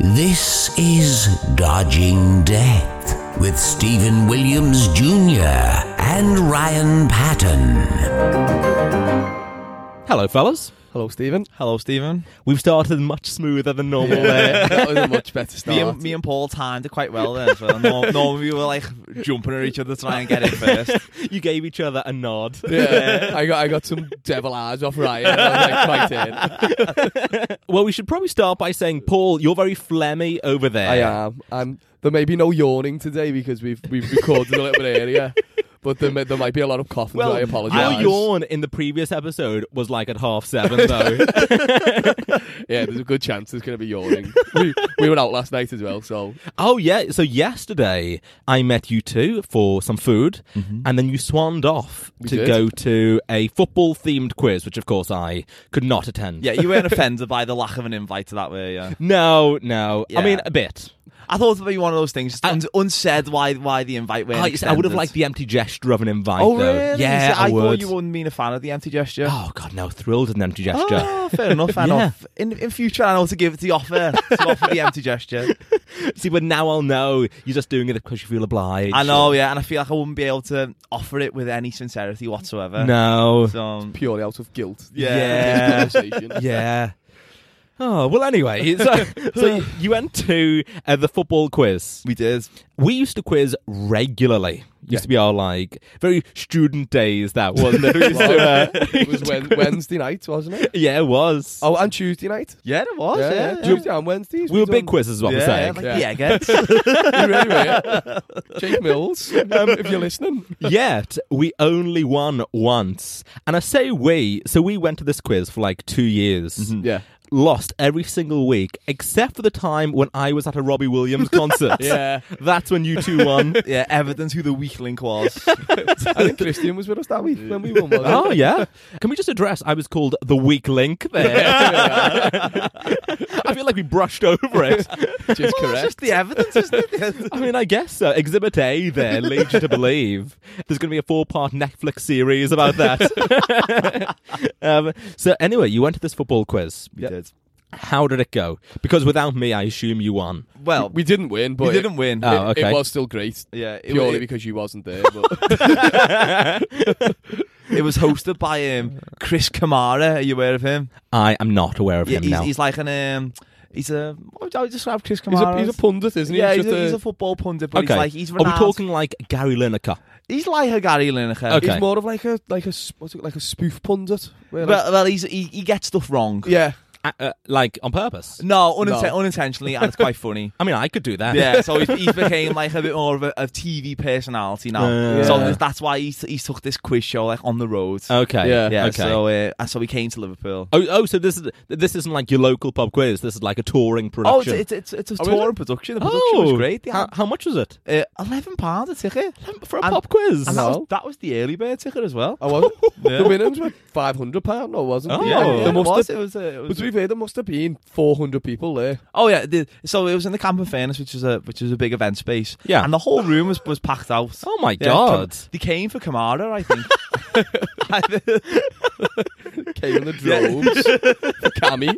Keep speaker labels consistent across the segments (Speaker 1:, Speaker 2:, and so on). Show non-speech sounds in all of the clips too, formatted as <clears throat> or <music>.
Speaker 1: This is Dodging Death with Stephen Williams Jr. and Ryan Patton.
Speaker 2: Hello, fellas.
Speaker 3: Hello, Stephen.
Speaker 4: Hello, Stephen.
Speaker 2: We've started much smoother than normal
Speaker 3: <laughs>
Speaker 2: there.
Speaker 3: that was a much better
Speaker 4: Me
Speaker 3: start.
Speaker 4: and, me and Paul timed it quite well there. So nor- normally we were like jumping at each other to try
Speaker 2: <laughs>
Speaker 4: and get it first.
Speaker 2: you gave each other a nod.
Speaker 3: yeah, uh, I got I got some devil eyes off Ryan. I was like, my turn.
Speaker 2: Well, we should probably start by saying, Paul, you're very phlegmy over there.
Speaker 3: I am. Um, there may be no yawning today because we've we've recorded a little bit earlier, but there, may, there might be a lot of coughing.
Speaker 2: Well,
Speaker 3: so I apologise.
Speaker 2: your yawn in the previous episode was like at half seven,
Speaker 3: <laughs>
Speaker 2: though.
Speaker 3: Yeah, there's a good chance there's going to be yawning. we, we were out last night as well, so
Speaker 2: oh, yeah. So, yesterday I met you two for some food, and then you swanned off to
Speaker 3: Mm-hmm. did.
Speaker 2: go to a football themed quiz, which, of course, I could not attend.
Speaker 4: Yeah, you weren't offended by the lack of an invite to that way, yeah.
Speaker 2: No, no. I
Speaker 4: Yeah.
Speaker 2: mean, a bit.
Speaker 4: I thought it would be one of those things, just un- unsaid why why the invite weren't
Speaker 2: I, I would have
Speaker 4: extended.
Speaker 2: liked the empty gesture of an invite,
Speaker 4: Oh,
Speaker 2: though.
Speaker 4: really?
Speaker 2: Yeah,
Speaker 4: See, I,
Speaker 2: would.
Speaker 4: thought you wouldn't been a fan of the empty gesture.
Speaker 2: Oh god, no! Thrilled at an empty gesture.
Speaker 4: Oh, fair enough, fair
Speaker 2: Yeah.
Speaker 4: enough. In, in future, I know to give the offer,
Speaker 2: <laughs>
Speaker 4: to offer the empty gesture.
Speaker 2: <laughs> See, but now I'll know you're just doing it because you feel obliged.
Speaker 4: I know, yeah, and I feel like I wouldn't be able to offer it with any sincerity whatsoever.
Speaker 2: No.
Speaker 4: <laughs> So,
Speaker 3: purely out of guilt.
Speaker 4: Yeah.
Speaker 3: This conversation.
Speaker 2: Yeah. Oh well.
Speaker 4: <laughs>
Speaker 2: Anyway, so, so you went to uh, the football quiz.
Speaker 4: we did.
Speaker 2: We used to quiz regularly. Used
Speaker 3: Yeah.
Speaker 2: to be our like very student days. That wasn't
Speaker 4: <laughs>
Speaker 2: it? We used to, uh,
Speaker 3: Well, it was Wed- Wednesday night, wasn't
Speaker 2: <laughs>
Speaker 3: it?
Speaker 2: yeah, it was.
Speaker 3: Oh, and Tuesday night.
Speaker 4: Yeah, it was.
Speaker 3: yeah,
Speaker 4: Yeah,
Speaker 3: Tuesday and Wednesdays.
Speaker 2: we were
Speaker 3: done-
Speaker 2: big quizzes, is what I'm
Speaker 4: Yeah,
Speaker 2: saying.
Speaker 4: like
Speaker 3: Yeah.
Speaker 4: the
Speaker 2: <laughs>
Speaker 4: eggheads.
Speaker 3: <laughs> You ready, mate? Jake Mills, um, if you're
Speaker 4: <laughs>
Speaker 3: listening.
Speaker 2: Yet we only won once, and I say we. So we went to this quiz for like two years.
Speaker 3: Yeah.
Speaker 2: lost every single week, except for the time when I was at a Robbie Williams concert.
Speaker 3: Yeah.
Speaker 2: That's when you two won.
Speaker 4: yeah, evidence who the weak link was.
Speaker 3: I think Christian was with us that week when we won. wasn't he?
Speaker 2: Oh yeah! Can we just address? I was called the weak link there. <laughs> I feel like we brushed over it.
Speaker 3: Which is
Speaker 4: Well, that's
Speaker 3: correct.
Speaker 4: just the evidence,
Speaker 2: <laughs>
Speaker 4: isn't it?
Speaker 2: I mean, I guess so. Exhibit A there leads you to believe there's going to be a four-part Netflix series about that. <laughs> um, so anyway, you went to this football quiz.
Speaker 4: We did.
Speaker 2: How did it go? Because without me, I assume you won.
Speaker 4: Well, we,
Speaker 3: We didn't win, but
Speaker 4: didn't win.
Speaker 2: Oh,
Speaker 3: It,
Speaker 2: okay.
Speaker 3: it was still great.
Speaker 4: yeah, it,
Speaker 3: Purely
Speaker 4: it,
Speaker 3: because you wasn't there.
Speaker 4: <laughs>
Speaker 3: But <laughs>
Speaker 4: it was hosted by um, Chris Kamara. Are you aware of him?
Speaker 2: I am not aware of
Speaker 4: Yeah,
Speaker 2: him
Speaker 4: he's,
Speaker 2: now.
Speaker 4: he's like an um, he's a what would I describe Chris
Speaker 3: he's,
Speaker 4: Kamara?
Speaker 3: a, he's a pundit, isn't he?
Speaker 4: yeah, he's,
Speaker 3: just
Speaker 4: a, he's a football pundit, but
Speaker 2: okay.
Speaker 4: he's like he's
Speaker 2: Are we
Speaker 4: renowned.
Speaker 2: talking like Gary Lineker?
Speaker 4: He's like a Gary Lineker.
Speaker 2: Okay.
Speaker 3: he's more of like a like a s- what's it, like a spoof pundit. where like-
Speaker 4: Well, well, he's he, he gets stuff wrong.
Speaker 3: yeah,
Speaker 2: Uh, uh, like on purpose.
Speaker 4: No, uninten-
Speaker 3: No.
Speaker 4: unintentionally, and it's quite funny.
Speaker 2: I mean, I could do that.
Speaker 4: Yeah, so he, he became like a bit more of a, a TV personality now.
Speaker 2: Yeah.
Speaker 4: So that's why he he took this quiz show like on the road.
Speaker 2: <laughs> Okay.
Speaker 3: Yeah.
Speaker 4: yeah,
Speaker 2: Okay.
Speaker 4: so uh, and so he came to Liverpool.
Speaker 2: oh, oh, so this is this isn't like your local pub quiz. This is like a touring
Speaker 4: Oh,
Speaker 2: production.
Speaker 4: it's, it's, it's, it's a
Speaker 3: Oh, is
Speaker 4: tour
Speaker 3: it?
Speaker 4: and production. The production was
Speaker 2: Oh,
Speaker 4: great. They
Speaker 2: How,
Speaker 4: had,
Speaker 2: how much was it
Speaker 4: uh, Eleven pounds a ticket,
Speaker 2: for a
Speaker 4: And-
Speaker 2: pub quiz?
Speaker 4: and that was,
Speaker 3: No.
Speaker 4: that was the early bird ticket as well.
Speaker 3: I wasn't.
Speaker 4: <laughs> Yeah.
Speaker 3: The winnings were five hundred pound, or wasn't?
Speaker 2: Oh.
Speaker 3: it?
Speaker 4: yeah,
Speaker 2: there
Speaker 4: yeah,
Speaker 3: there
Speaker 4: it
Speaker 3: must
Speaker 4: was.
Speaker 3: have.
Speaker 4: It was, uh, it
Speaker 3: But
Speaker 4: was,
Speaker 3: to be fair, there must have been four hundred people there.
Speaker 4: oh yeah, the, so it was in the Camp and Furnace, which is a which is a big event space.
Speaker 2: Yeah.
Speaker 4: and the whole room was, was packed out.
Speaker 2: Oh my
Speaker 4: Yeah,
Speaker 2: god!
Speaker 4: Kam- they came for Kamara, I think. I think-
Speaker 3: Came
Speaker 4: <laughs>
Speaker 3: in the droves. Cammy,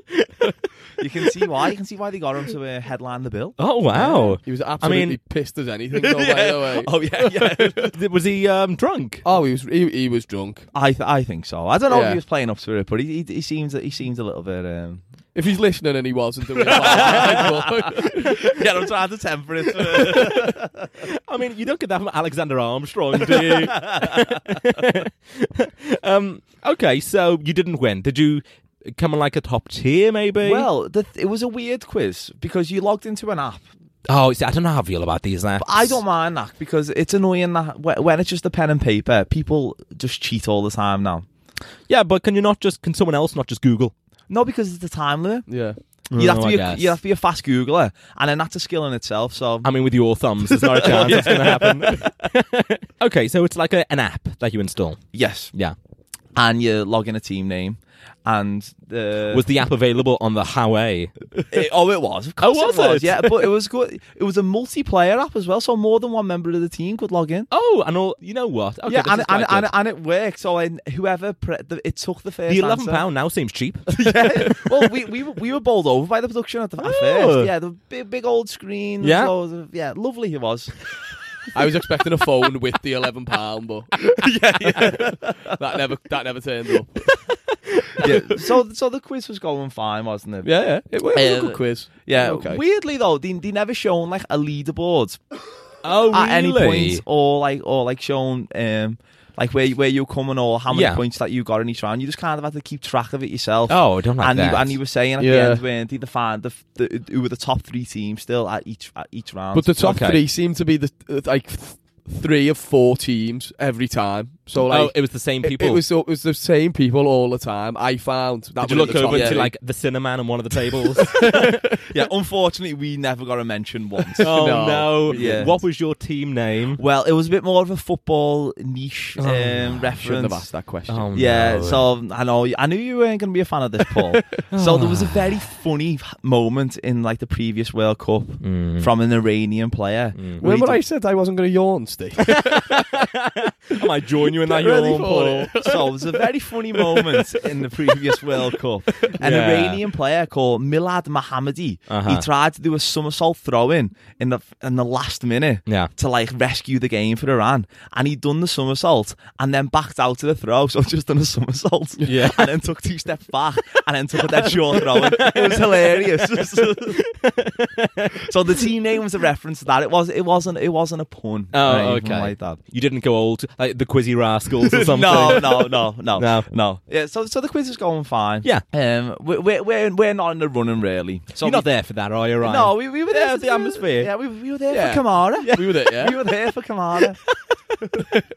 Speaker 4: you can see why. You can see why they got him to uh, headline the bill.
Speaker 2: Oh wow!
Speaker 3: he was absolutely
Speaker 2: mean-
Speaker 3: pissed as anything.
Speaker 2: <laughs>
Speaker 3: Though, by the way.
Speaker 4: Oh yeah, yeah.
Speaker 2: was he um, drunk?
Speaker 3: Oh, he was he, he was drunk.
Speaker 4: I th- I think so. I don't know if
Speaker 3: Yeah.
Speaker 4: he was playing up to it, but he he, he seems he seems a little bit. Um,
Speaker 3: If he's listening and he
Speaker 2: <laughs>
Speaker 3: wasn't, then we're fine.
Speaker 4: <laughs>
Speaker 3: <laughs>
Speaker 4: yeah, I'm trying to temper <laughs> it. uh,
Speaker 2: I mean, you don't get that from Alexander Armstrong, do you? <laughs> um, okay, so you didn't win. Did you come in like a top tier, maybe?
Speaker 4: Well, the, it was a weird quiz because you logged into an app.
Speaker 2: oh, see, I don't know how I feel about these. Apps.
Speaker 4: I don't mind that because it's annoying that wh- when it's just a pen and paper, people just cheat all the time now.
Speaker 2: Yeah, but can you not just? Can someone else not just Google?
Speaker 4: No, because it's the time limit.
Speaker 3: yeah.
Speaker 4: You have
Speaker 2: Oh,
Speaker 4: to
Speaker 2: I
Speaker 4: be a,
Speaker 2: guess.
Speaker 4: you have to be a fast Googler, and then that's a skill in itself. So
Speaker 2: I mean, with your thumbs, there's <laughs> not a chance <laughs> it's going to happen. okay, so it's like a, an app that you install.
Speaker 4: yes,
Speaker 2: Yeah.
Speaker 4: and you log in a team name, and the
Speaker 2: Was the app available on the Huawei?
Speaker 4: It- <laughs> oh, it was. Of course,
Speaker 2: was
Speaker 4: it was.
Speaker 2: it?
Speaker 4: Yeah, but it was good. It was a multiplayer app as well, so more than one member of the team could log in.
Speaker 2: Oh, and all you know what? Okay,
Speaker 4: yeah,
Speaker 2: this
Speaker 4: and
Speaker 2: is
Speaker 4: it, and, it-
Speaker 2: quite
Speaker 4: and,
Speaker 2: good.
Speaker 4: it- and it worked. So I, whoever pre- the, it took the first
Speaker 2: the eleven
Speaker 4: answer.
Speaker 2: pound now seems cheap.
Speaker 4: <laughs> yeah. Well, we, we were- we were bowled over by the production at, the, at
Speaker 2: Oh.
Speaker 4: first. Yeah, the big, big old screen.
Speaker 2: Yeah.
Speaker 4: loads of- yeah, lovely it was.
Speaker 3: I was expecting a phone with the eleven
Speaker 2: <laughs>
Speaker 3: pound, but that never that never turned up.
Speaker 4: Yeah. <laughs> so so the quiz was going fine, wasn't it?
Speaker 3: Yeah, yeah, it was a
Speaker 4: Uh,
Speaker 3: good quiz.
Speaker 4: Yeah.
Speaker 3: okay.
Speaker 4: Weirdly though, they, they never shown like a leaderboard
Speaker 2: Oh,
Speaker 4: at any point, or like or like shown um like where where you're coming or how many
Speaker 2: Yeah.
Speaker 4: points that you got in each round. You just kind of had to keep track of it yourself.
Speaker 2: Oh, I don't like
Speaker 4: and
Speaker 2: that.
Speaker 4: You, and you were saying at
Speaker 3: Yeah.
Speaker 4: the end, weren't you, the fan, the, the who were the top three teams still at each at each round?
Speaker 3: But the top
Speaker 2: Okay.
Speaker 3: three seem to be the uh, like th- three of four teams every time. So like
Speaker 2: oh, it was the same
Speaker 3: it-
Speaker 2: people.
Speaker 3: It, was so- it was the same people all the time. I found that
Speaker 2: Did you look
Speaker 3: was at the top
Speaker 2: over to
Speaker 3: three.
Speaker 2: like the cinnamon on one of the tables?
Speaker 4: yeah, unfortunately, we never got a mention once.
Speaker 2: oh no!
Speaker 3: No,
Speaker 4: yeah.
Speaker 2: What was your team name?
Speaker 4: well, it was a bit more of a football niche um, reference.
Speaker 3: Oh, Shouldn't have asked that question.
Speaker 4: Yeah, so I know I knew you weren't going to be a fan of this,
Speaker 3: <laughs>
Speaker 4: Paul. so there was
Speaker 3: Ah.
Speaker 4: a very funny moment in like the previous World Cup from an Iranian player. where he
Speaker 3: Mm. Remember, I
Speaker 4: did-
Speaker 3: said I wasn't going to
Speaker 2: <laughs>
Speaker 3: yawn, Steve.
Speaker 2: I might join you in that
Speaker 3: Get ready
Speaker 2: yawn,
Speaker 3: for
Speaker 2: Paul.
Speaker 3: it.
Speaker 4: so it was a very funny moment in the previous World Cup. An
Speaker 2: Yeah.
Speaker 4: Iranian player called Milad Mohammadi.
Speaker 2: Uh-huh.
Speaker 4: He tried to do a somersault throw in in the in the last minute.
Speaker 2: Yeah.
Speaker 4: to like rescue the game for Iran. And he'd done the somersault and then backed out to the throw, <laughs> so just done a somersault.
Speaker 2: Yeah.
Speaker 4: And then took two steps back and then took a dead short throw. And it was hilarious. so the team name was a reference to that. It was it wasn't it wasn't a pun.
Speaker 2: Oh,
Speaker 4: or anything
Speaker 2: okay. <laughs>
Speaker 4: Like that.
Speaker 2: You didn't go old like the Quizzy Rascals or something.
Speaker 4: <laughs> No, no, no, no,
Speaker 2: No.
Speaker 4: <laughs> no, Yeah, so so the quiz is going fine.
Speaker 2: Yeah.
Speaker 4: um, we- we're we're we're not in the running really. So
Speaker 2: You're not
Speaker 4: we-
Speaker 2: there for that, are you, Ryan?
Speaker 4: No, we, we were there
Speaker 2: Yeah,
Speaker 4: for
Speaker 2: the atmosphere.
Speaker 4: Yeah, we, we were there
Speaker 3: Yeah.
Speaker 4: for Kamara.
Speaker 3: we were there, <laughs>
Speaker 4: We
Speaker 3: yeah.
Speaker 4: were there for Kamara.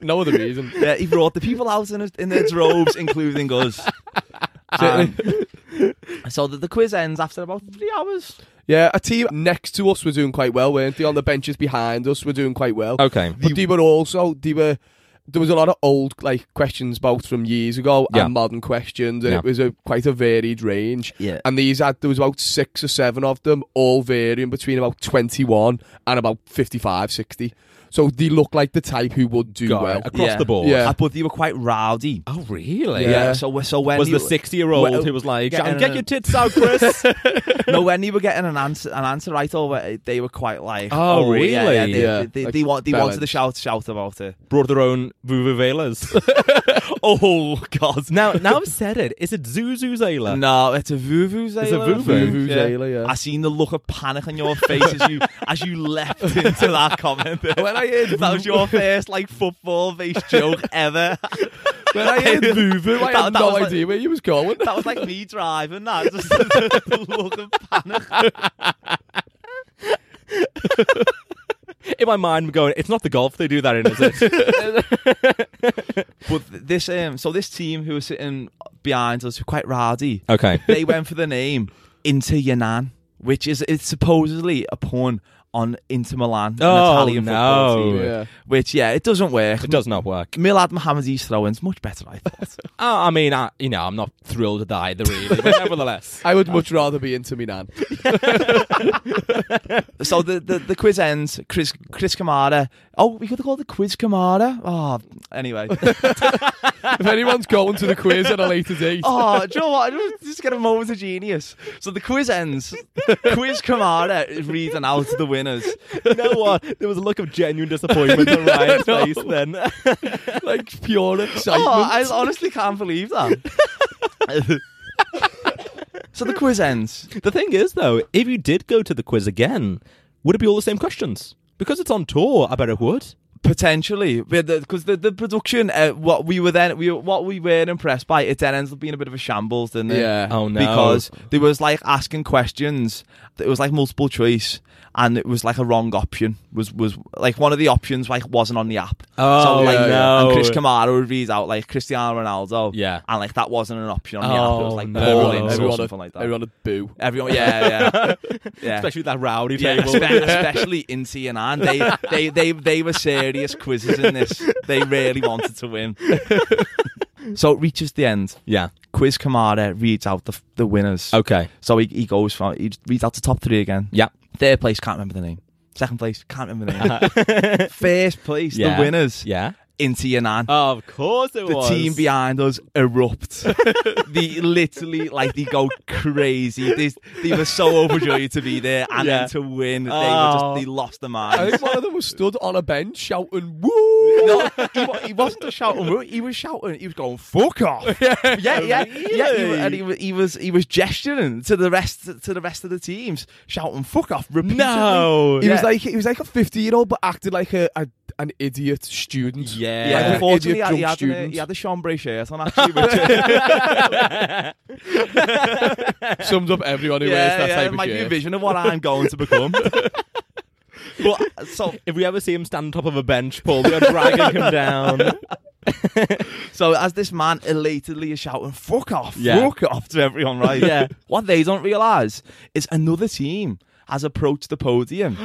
Speaker 3: No other reason.
Speaker 4: Yeah, he brought the people out in, his, in their robes,
Speaker 2: <laughs>
Speaker 4: including us. Um, so the, the quiz ends after about three hours.
Speaker 3: <laughs> Yeah, a team next to us were doing quite well, weren't they? On the benches behind us were doing quite well.
Speaker 2: Okay.
Speaker 3: But they were also they were there was a lot of old like questions both from years ago
Speaker 2: Yeah.
Speaker 3: and modern questions, and
Speaker 2: Yeah.
Speaker 3: it was a quite a varied range.
Speaker 4: Yeah.
Speaker 3: And these had there was about six or seven of them, all varying between about twenty one and about 55, 60. So they look like the type who would do
Speaker 2: Got it.
Speaker 3: well.
Speaker 2: Across
Speaker 4: Yeah.
Speaker 2: the board.
Speaker 3: Yeah.
Speaker 4: Uh, but they were quite rowdy.
Speaker 2: Oh, really?
Speaker 3: Yeah.
Speaker 4: So we- so when
Speaker 2: Was
Speaker 4: you,
Speaker 2: the 60 year old
Speaker 4: Well,
Speaker 2: who was like,
Speaker 4: get-
Speaker 2: "Um,
Speaker 4: no,
Speaker 2: get
Speaker 4: no.
Speaker 2: your tits out, Chris?
Speaker 4: <laughs> no when you were getting an answer an answer right over, eh, they were quite like,
Speaker 2: Oh,
Speaker 4: yeah, yeah,
Speaker 2: really?
Speaker 4: they,
Speaker 3: Yeah,
Speaker 4: They,
Speaker 3: like
Speaker 4: they want they wanted to
Speaker 3: balanced.
Speaker 4: shout shout about it.
Speaker 2: Brought their own vuvuzelas. <laughs>
Speaker 4: Oh God,
Speaker 2: now, now I've said it. Is it Zuzuzela?
Speaker 4: no, it's a vuvuzela.
Speaker 2: It's a vuvu.
Speaker 3: Vuvuzela, yeah.
Speaker 4: I seen the look of panic on your face as <laughs> you as you leapt into that <laughs> comment.
Speaker 3: When I heard
Speaker 4: that was your first like football based joke <laughs> ever.
Speaker 3: When I heard Vuvu, I
Speaker 4: <laughs> That-
Speaker 3: had
Speaker 4: that
Speaker 3: no
Speaker 4: was like-
Speaker 3: idea where you was going.
Speaker 4: That was like me driving that. <laughs> Just the, look of panic.
Speaker 2: In my mind, I'm going, it's not the golf they do that in, is it?
Speaker 4: But th- this um, so this team who were sitting behind us were quite rowdy.
Speaker 2: <laughs> okay.
Speaker 4: They went for the name Inter Yanan, which is it's supposedly a pun on Inter Milan, an
Speaker 2: Oh,
Speaker 4: Italian football
Speaker 2: no.
Speaker 4: team.
Speaker 3: yeah.
Speaker 4: Which yeah, it doesn't
Speaker 2: <laughs>
Speaker 4: work.
Speaker 2: It does not work.
Speaker 4: Milad Mohammadi's throw-in's much better, I thought.
Speaker 2: Oh, I mean, I, you know, I'm not thrilled with that either, <laughs> really. But nevertheless.
Speaker 3: I would much rather be into Milan.
Speaker 4: so the, the, the quiz ends. Chris Chris Kamara. Oh, we could have called it Quiz Kamara. Oh,
Speaker 2: <laughs>
Speaker 4: anyway.
Speaker 3: if anyone's going to the quiz at a later date,
Speaker 4: <laughs> Oh, do you know what? I just- just get a moment of genius. So the quiz ends. quiz Kamara is reading out the winners.
Speaker 2: You know what? There was a look of genuine disappointment on <laughs> Ryan's face then. <laughs>
Speaker 3: like pure excitement.
Speaker 4: Oh, I honestly can't believe that. so the quiz ends.
Speaker 2: The thing is, though, if you did go to the quiz again, would it be all the same questions? Because it's on tour, I bet it would.
Speaker 4: Potentially, because the, the production, uh, what we were then, we were- what we were impressed by, it then ends up being a bit of a shambles, didn't it?
Speaker 3: Yeah.
Speaker 2: Oh, no.
Speaker 4: Because there was like asking questions. It was like multiple choice, and it was like a wrong option. Was was like one of the options like wasn't on the app.
Speaker 2: Oh,
Speaker 4: so, like,
Speaker 2: yeah,
Speaker 4: And
Speaker 2: yeah.
Speaker 4: Chris Kamara would read out like Cristiano Ronaldo.
Speaker 2: Yeah.
Speaker 4: and like that wasn't an option on the app. It was
Speaker 2: Oh,
Speaker 4: like
Speaker 2: no.
Speaker 4: Paul
Speaker 3: everyone,
Speaker 2: Orleans
Speaker 4: Ince
Speaker 3: everyone,
Speaker 4: or
Speaker 3: a-
Speaker 4: something like that.
Speaker 3: everyone a boo.
Speaker 4: Everyone-
Speaker 2: <laughs>
Speaker 4: yeah, yeah, yeah.
Speaker 2: Especially that rowdy
Speaker 4: Yeah,
Speaker 2: table.
Speaker 4: spe- especially in TNR. They,
Speaker 2: <laughs>
Speaker 4: they, they, they were serious quizzes in this. They really wanted to win. So it reaches the end.
Speaker 2: <laughs> Yeah.
Speaker 4: Quiz Kamara reads out the the winners.
Speaker 2: Okay.
Speaker 4: So he, he goes from he reads out the top three again.
Speaker 2: Yeah.
Speaker 4: Third place, can't remember the name. Second place, can't remember the name.
Speaker 2: <laughs>
Speaker 4: First place,
Speaker 2: Yeah.
Speaker 4: the winners.
Speaker 2: Yeah.
Speaker 4: Into your nan.
Speaker 2: Of course it
Speaker 4: the
Speaker 2: <laughs>
Speaker 4: team behind us erupt. they literally like they go crazy. They, they were so overjoyed to be there and
Speaker 2: Yeah.
Speaker 4: then to win. They
Speaker 2: Oh.
Speaker 4: were just they lost their
Speaker 3: I
Speaker 4: minds.
Speaker 3: think one of them was stood on a bench shouting, woo!
Speaker 4: No, he, wa- he wasn't just shouting. woo, He was shouting. He was going fuck off. Yeah, yeah, yeah. he wa- and he was, he was he was gesturing to the rest to the rest of the teams, shouting fuck off repeatedly.
Speaker 2: No.
Speaker 3: He was
Speaker 4: Yeah.
Speaker 3: like he was like a fifty year old, but acted like a, a an idiot student.
Speaker 2: Yeah.
Speaker 3: like
Speaker 4: Yeah,
Speaker 3: an
Speaker 4: unfortunately,
Speaker 3: idiot drunk
Speaker 4: he, had, he, had an,
Speaker 3: student.
Speaker 4: he had a Sean Bray shirt on actually. Which,
Speaker 3: Summed up everyone who wears
Speaker 4: yeah,
Speaker 3: that
Speaker 4: yeah,
Speaker 3: type
Speaker 4: it might
Speaker 3: of
Speaker 4: be a
Speaker 3: shirt.
Speaker 4: vision of what I'm going to become. but <laughs> so
Speaker 2: If we ever see him stand on top of a bench, Paul, we are <laughs> dragging him down.
Speaker 4: So as this man elatedly is shouting, fuck off,
Speaker 2: Yeah.
Speaker 4: fuck off to everyone, right?
Speaker 2: <laughs> Yeah.
Speaker 4: What they don't realise is another team has approached the podium.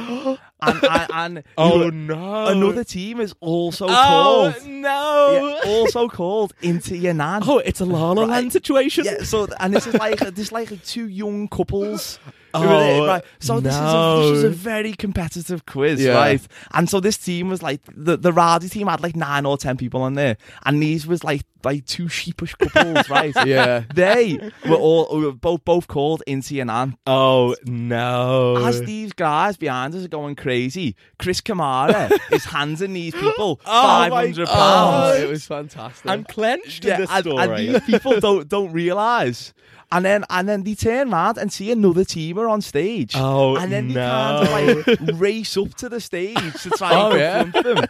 Speaker 2: <gasps>
Speaker 4: and and, and you-
Speaker 2: Oh, no.
Speaker 4: another team is also
Speaker 2: Oh
Speaker 4: called.
Speaker 2: no.
Speaker 4: Yeah, also called
Speaker 2: <laughs>
Speaker 4: into your nan.
Speaker 2: Oh, it's a La La Land situation.
Speaker 4: Yeah, so and this is like this is like two
Speaker 2: <gasps>
Speaker 4: young couples.
Speaker 2: Oh,
Speaker 4: right. So this, is a, this is a very competitive quiz,
Speaker 3: Yeah.
Speaker 4: right? And so this team was like the the Rowdy team had like nine or ten people on there, and these was like like two sheepish
Speaker 2: <laughs>
Speaker 4: couples, right?
Speaker 3: Yeah.
Speaker 4: They were all were both both called into and Ann.
Speaker 2: Oh no.
Speaker 4: As these guys behind us are going crazy,
Speaker 2: <laughs>
Speaker 4: Chris Kamara is handing these people
Speaker 2: Oh my
Speaker 4: five hundred
Speaker 2: God.
Speaker 4: pounds.
Speaker 3: Oh, it was fantastic.
Speaker 2: I'm clenched in this
Speaker 4: and, and
Speaker 2: story.
Speaker 4: these people don't don't realize. And then and then they turn round and see another teamer on stage.
Speaker 2: Oh,
Speaker 4: and then
Speaker 2: no.
Speaker 4: they kind of like <laughs> race up to the stage to try
Speaker 3: Oh,
Speaker 4: and
Speaker 3: yeah.
Speaker 4: confront them.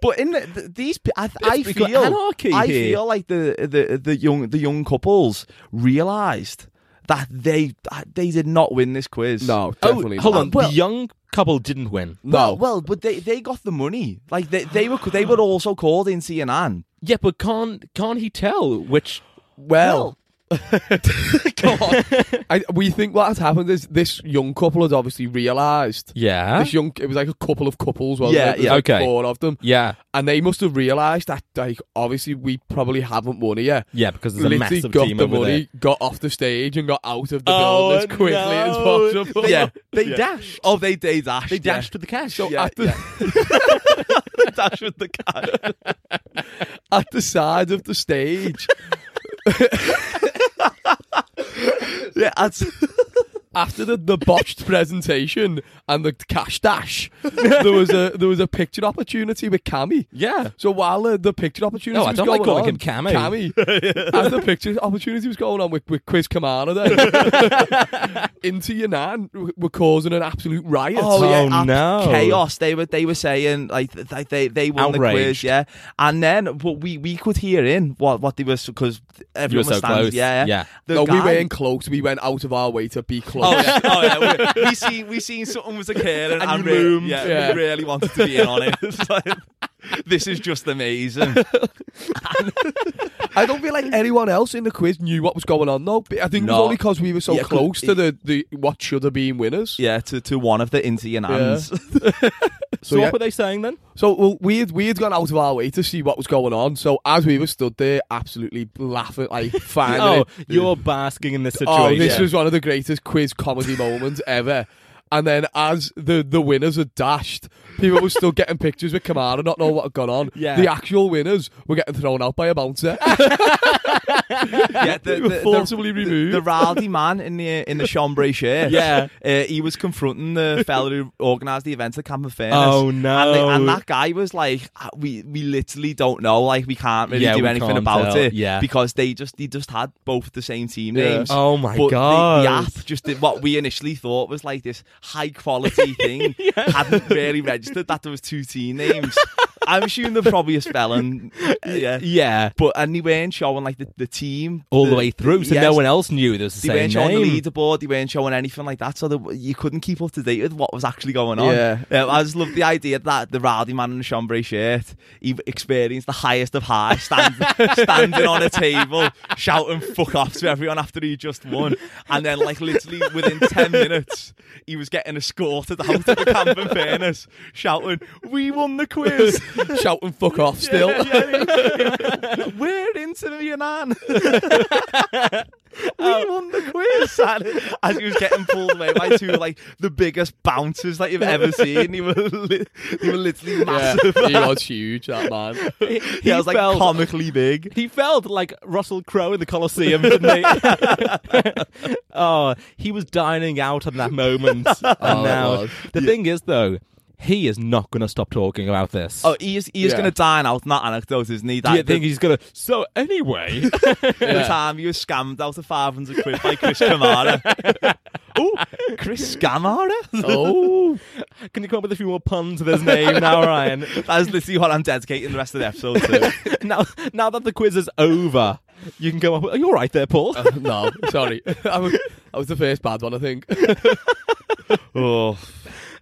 Speaker 4: But in the, th- these, pe- I, I
Speaker 2: we've got
Speaker 4: feel
Speaker 2: anarchy
Speaker 4: I
Speaker 2: here.
Speaker 4: feel like the, the the young the young couples realized that they that they did not win this quiz.
Speaker 3: no,
Speaker 2: <laughs> Oh,
Speaker 3: definitely.
Speaker 2: hold
Speaker 3: not.
Speaker 2: on.
Speaker 4: Well-
Speaker 2: the young couple didn't win.
Speaker 3: No.
Speaker 4: Well, but they, they got the money. Like they, they were they were also called in CNN.
Speaker 2: Yeah, but can't can't he tell which?
Speaker 3: Well, I, we think what has happened is this young couple had obviously realised.
Speaker 2: Yeah.
Speaker 3: This young, it was like a couple of couples, wasn't
Speaker 4: Yeah,
Speaker 3: it? There's
Speaker 2: yeah.
Speaker 3: like
Speaker 2: Okay.
Speaker 3: four of them,
Speaker 2: Yeah.
Speaker 3: and they must have realised that, like, obviously we probably haven't won it yet.
Speaker 2: Yeah, because there's a
Speaker 3: Literally
Speaker 2: massive
Speaker 3: got
Speaker 2: team
Speaker 3: the
Speaker 2: over there.
Speaker 3: money, got off the stage, and got out of the
Speaker 2: Oh,
Speaker 3: building as quickly
Speaker 2: no.
Speaker 3: as possible.
Speaker 4: yeah,
Speaker 2: <laughs>
Speaker 4: they
Speaker 2: Yeah.
Speaker 4: dashed. Oh, they they dashed.
Speaker 2: They dashed with the cash.
Speaker 3: So
Speaker 4: Yeah,
Speaker 3: at the
Speaker 4: yeah. dashed <laughs> with the car.
Speaker 3: at the side of
Speaker 2: <laughs>
Speaker 3: the stage
Speaker 4: yeah, <laughs> oh, that's,
Speaker 3: after the, the botched presentation and the cash
Speaker 2: <laughs>
Speaker 3: dash. there was a there was a picture opportunity with Cammy.
Speaker 2: yeah.
Speaker 3: So while uh, the picture opportunity
Speaker 2: No, I
Speaker 3: was
Speaker 2: don't
Speaker 3: going
Speaker 2: like calling
Speaker 3: on,
Speaker 2: him Cammy.
Speaker 3: Cammy, as the picture opportunity was going on with, with Quiz Kamara, then into your nan w- were causing an absolute riot.
Speaker 4: oh, yeah,
Speaker 2: Oh,
Speaker 4: abs-
Speaker 2: no.
Speaker 4: chaos. They were they were saying like th- like they they won the
Speaker 2: Outraged.
Speaker 4: quiz, yeah. And then but we we could hear in what what they were because everyone
Speaker 2: so
Speaker 4: was standing,
Speaker 2: close.
Speaker 4: yeah,
Speaker 2: Yeah.
Speaker 4: The
Speaker 3: no, we
Speaker 4: guy-
Speaker 3: weren't close. We went out of our way to be close.
Speaker 4: <laughs> Oh yeah, oh yeah. <laughs> We, we seen we seen something was occurring,
Speaker 2: you
Speaker 4: and, we re-
Speaker 2: loomed.
Speaker 4: yeah,
Speaker 3: Yeah.
Speaker 4: we really wanted to be in on <laughs> it. It's like, this is just amazing.
Speaker 3: I don't feel like anyone else in the quiz knew what was going on though. But I think it was
Speaker 4: No.
Speaker 3: only because we were so
Speaker 4: Yeah, 'cause
Speaker 3: close to
Speaker 4: it-
Speaker 3: the, the what should have been winners.
Speaker 4: Yeah, to, to one of the Indian hands.
Speaker 2: So,
Speaker 3: So, yeah.
Speaker 2: what were they saying then?
Speaker 3: So well, we had we had gone out of our way to see what was going on. So as we were stood there, absolutely laughing, like finding
Speaker 2: Oh,
Speaker 3: it.
Speaker 2: you're basking in this situation.
Speaker 3: Oh,
Speaker 2: <laughs>
Speaker 3: this was one of the greatest quiz comedy moments ever. And then as the, the winners had dashed, people were still getting pictures with Kamara, not know what had gone on.
Speaker 2: Yeah.
Speaker 3: The actual winners were getting thrown out by
Speaker 2: <laughs>
Speaker 3: a bouncer.
Speaker 4: yeah, the,
Speaker 3: they were
Speaker 4: <laughs> the- the-
Speaker 3: forcibly removed.
Speaker 4: the rowdy man in the in the chambray shirt.
Speaker 2: Yeah.
Speaker 4: uh, he was confronting the fellow who organised the event at Camp of Fairness.
Speaker 2: Oh,
Speaker 4: And,
Speaker 2: no.
Speaker 4: the- and that guy was like, "Ah, "We we literally don't know. Like we can't really
Speaker 2: Yeah,
Speaker 4: do
Speaker 2: we
Speaker 4: anything
Speaker 2: can't
Speaker 4: about
Speaker 2: tell.
Speaker 4: it.
Speaker 2: Yeah.
Speaker 4: because they just they just had both the same team
Speaker 3: Yeah.
Speaker 4: names.
Speaker 2: Oh my
Speaker 4: but
Speaker 2: god.
Speaker 4: The, the app just did what we initially thought was like this
Speaker 2: <laughs>
Speaker 4: high quality thing hadn't really registered that there was two team names. I'm assuming they're probably
Speaker 2: <laughs>
Speaker 4: a spelling. Yeah.
Speaker 2: Yeah.
Speaker 4: But and they weren't showing like the, the team
Speaker 2: All the, way through, so
Speaker 4: yes,
Speaker 2: no one else knew there was the
Speaker 4: They weren't
Speaker 2: same
Speaker 4: showing
Speaker 2: name.
Speaker 4: the leaderboard. They weren't showing anything like that, so that you couldn't keep up to date with what was actually going on.
Speaker 3: Yeah.
Speaker 4: Um, I just love the idea that the rowdy man in the chambray shirt he experienced the highest of highs, stand, standing on a table, shouting "fuck off" to everyone after he just won, and then like literally within ten minutes, he was getting escorted out of the camp in fairness, shouting, "We won the quiz!
Speaker 3: shouting fuck <laughs> off still.
Speaker 2: <laughs>
Speaker 4: We're interviewing <laughs> Anne. we won the quiz. And Oh. <laughs> as he was getting pulled away by two like the biggest bouncers that you've ever seen, he was li- he was literally
Speaker 3: Yeah,
Speaker 4: massive.
Speaker 3: he was huge, that man.
Speaker 2: He,
Speaker 4: He was like
Speaker 2: felt-
Speaker 4: comically big.
Speaker 2: He felt like Russell Crowe in the Colosseum, didn't he? oh, he was dining out on that moment. and
Speaker 3: it
Speaker 2: now,
Speaker 3: was.
Speaker 2: the thing is, though, he is not going to stop talking about this.
Speaker 4: Oh, he is, he is
Speaker 3: Yeah.
Speaker 4: going to dine out in that anecdote, isn't he? That,
Speaker 2: Do you
Speaker 4: the-
Speaker 2: think he's going to? So anyway, <laughs>
Speaker 4: the time he was scammed out of 500 quid by Chris Kamara. oh, Chris Scamara?
Speaker 3: <laughs> Oh,
Speaker 2: can you come up with a few more puns with his name now, Ryan?
Speaker 4: <laughs>
Speaker 2: <laughs>
Speaker 4: That's literally what I'm dedicating the rest of the episode to.
Speaker 2: now, now that the quiz is over, you can go up. Are you all right there, Paul?
Speaker 3: no, sorry. <laughs> I was, I was the first bad one,
Speaker 2: <laughs>
Speaker 3: I think.
Speaker 4: Oh,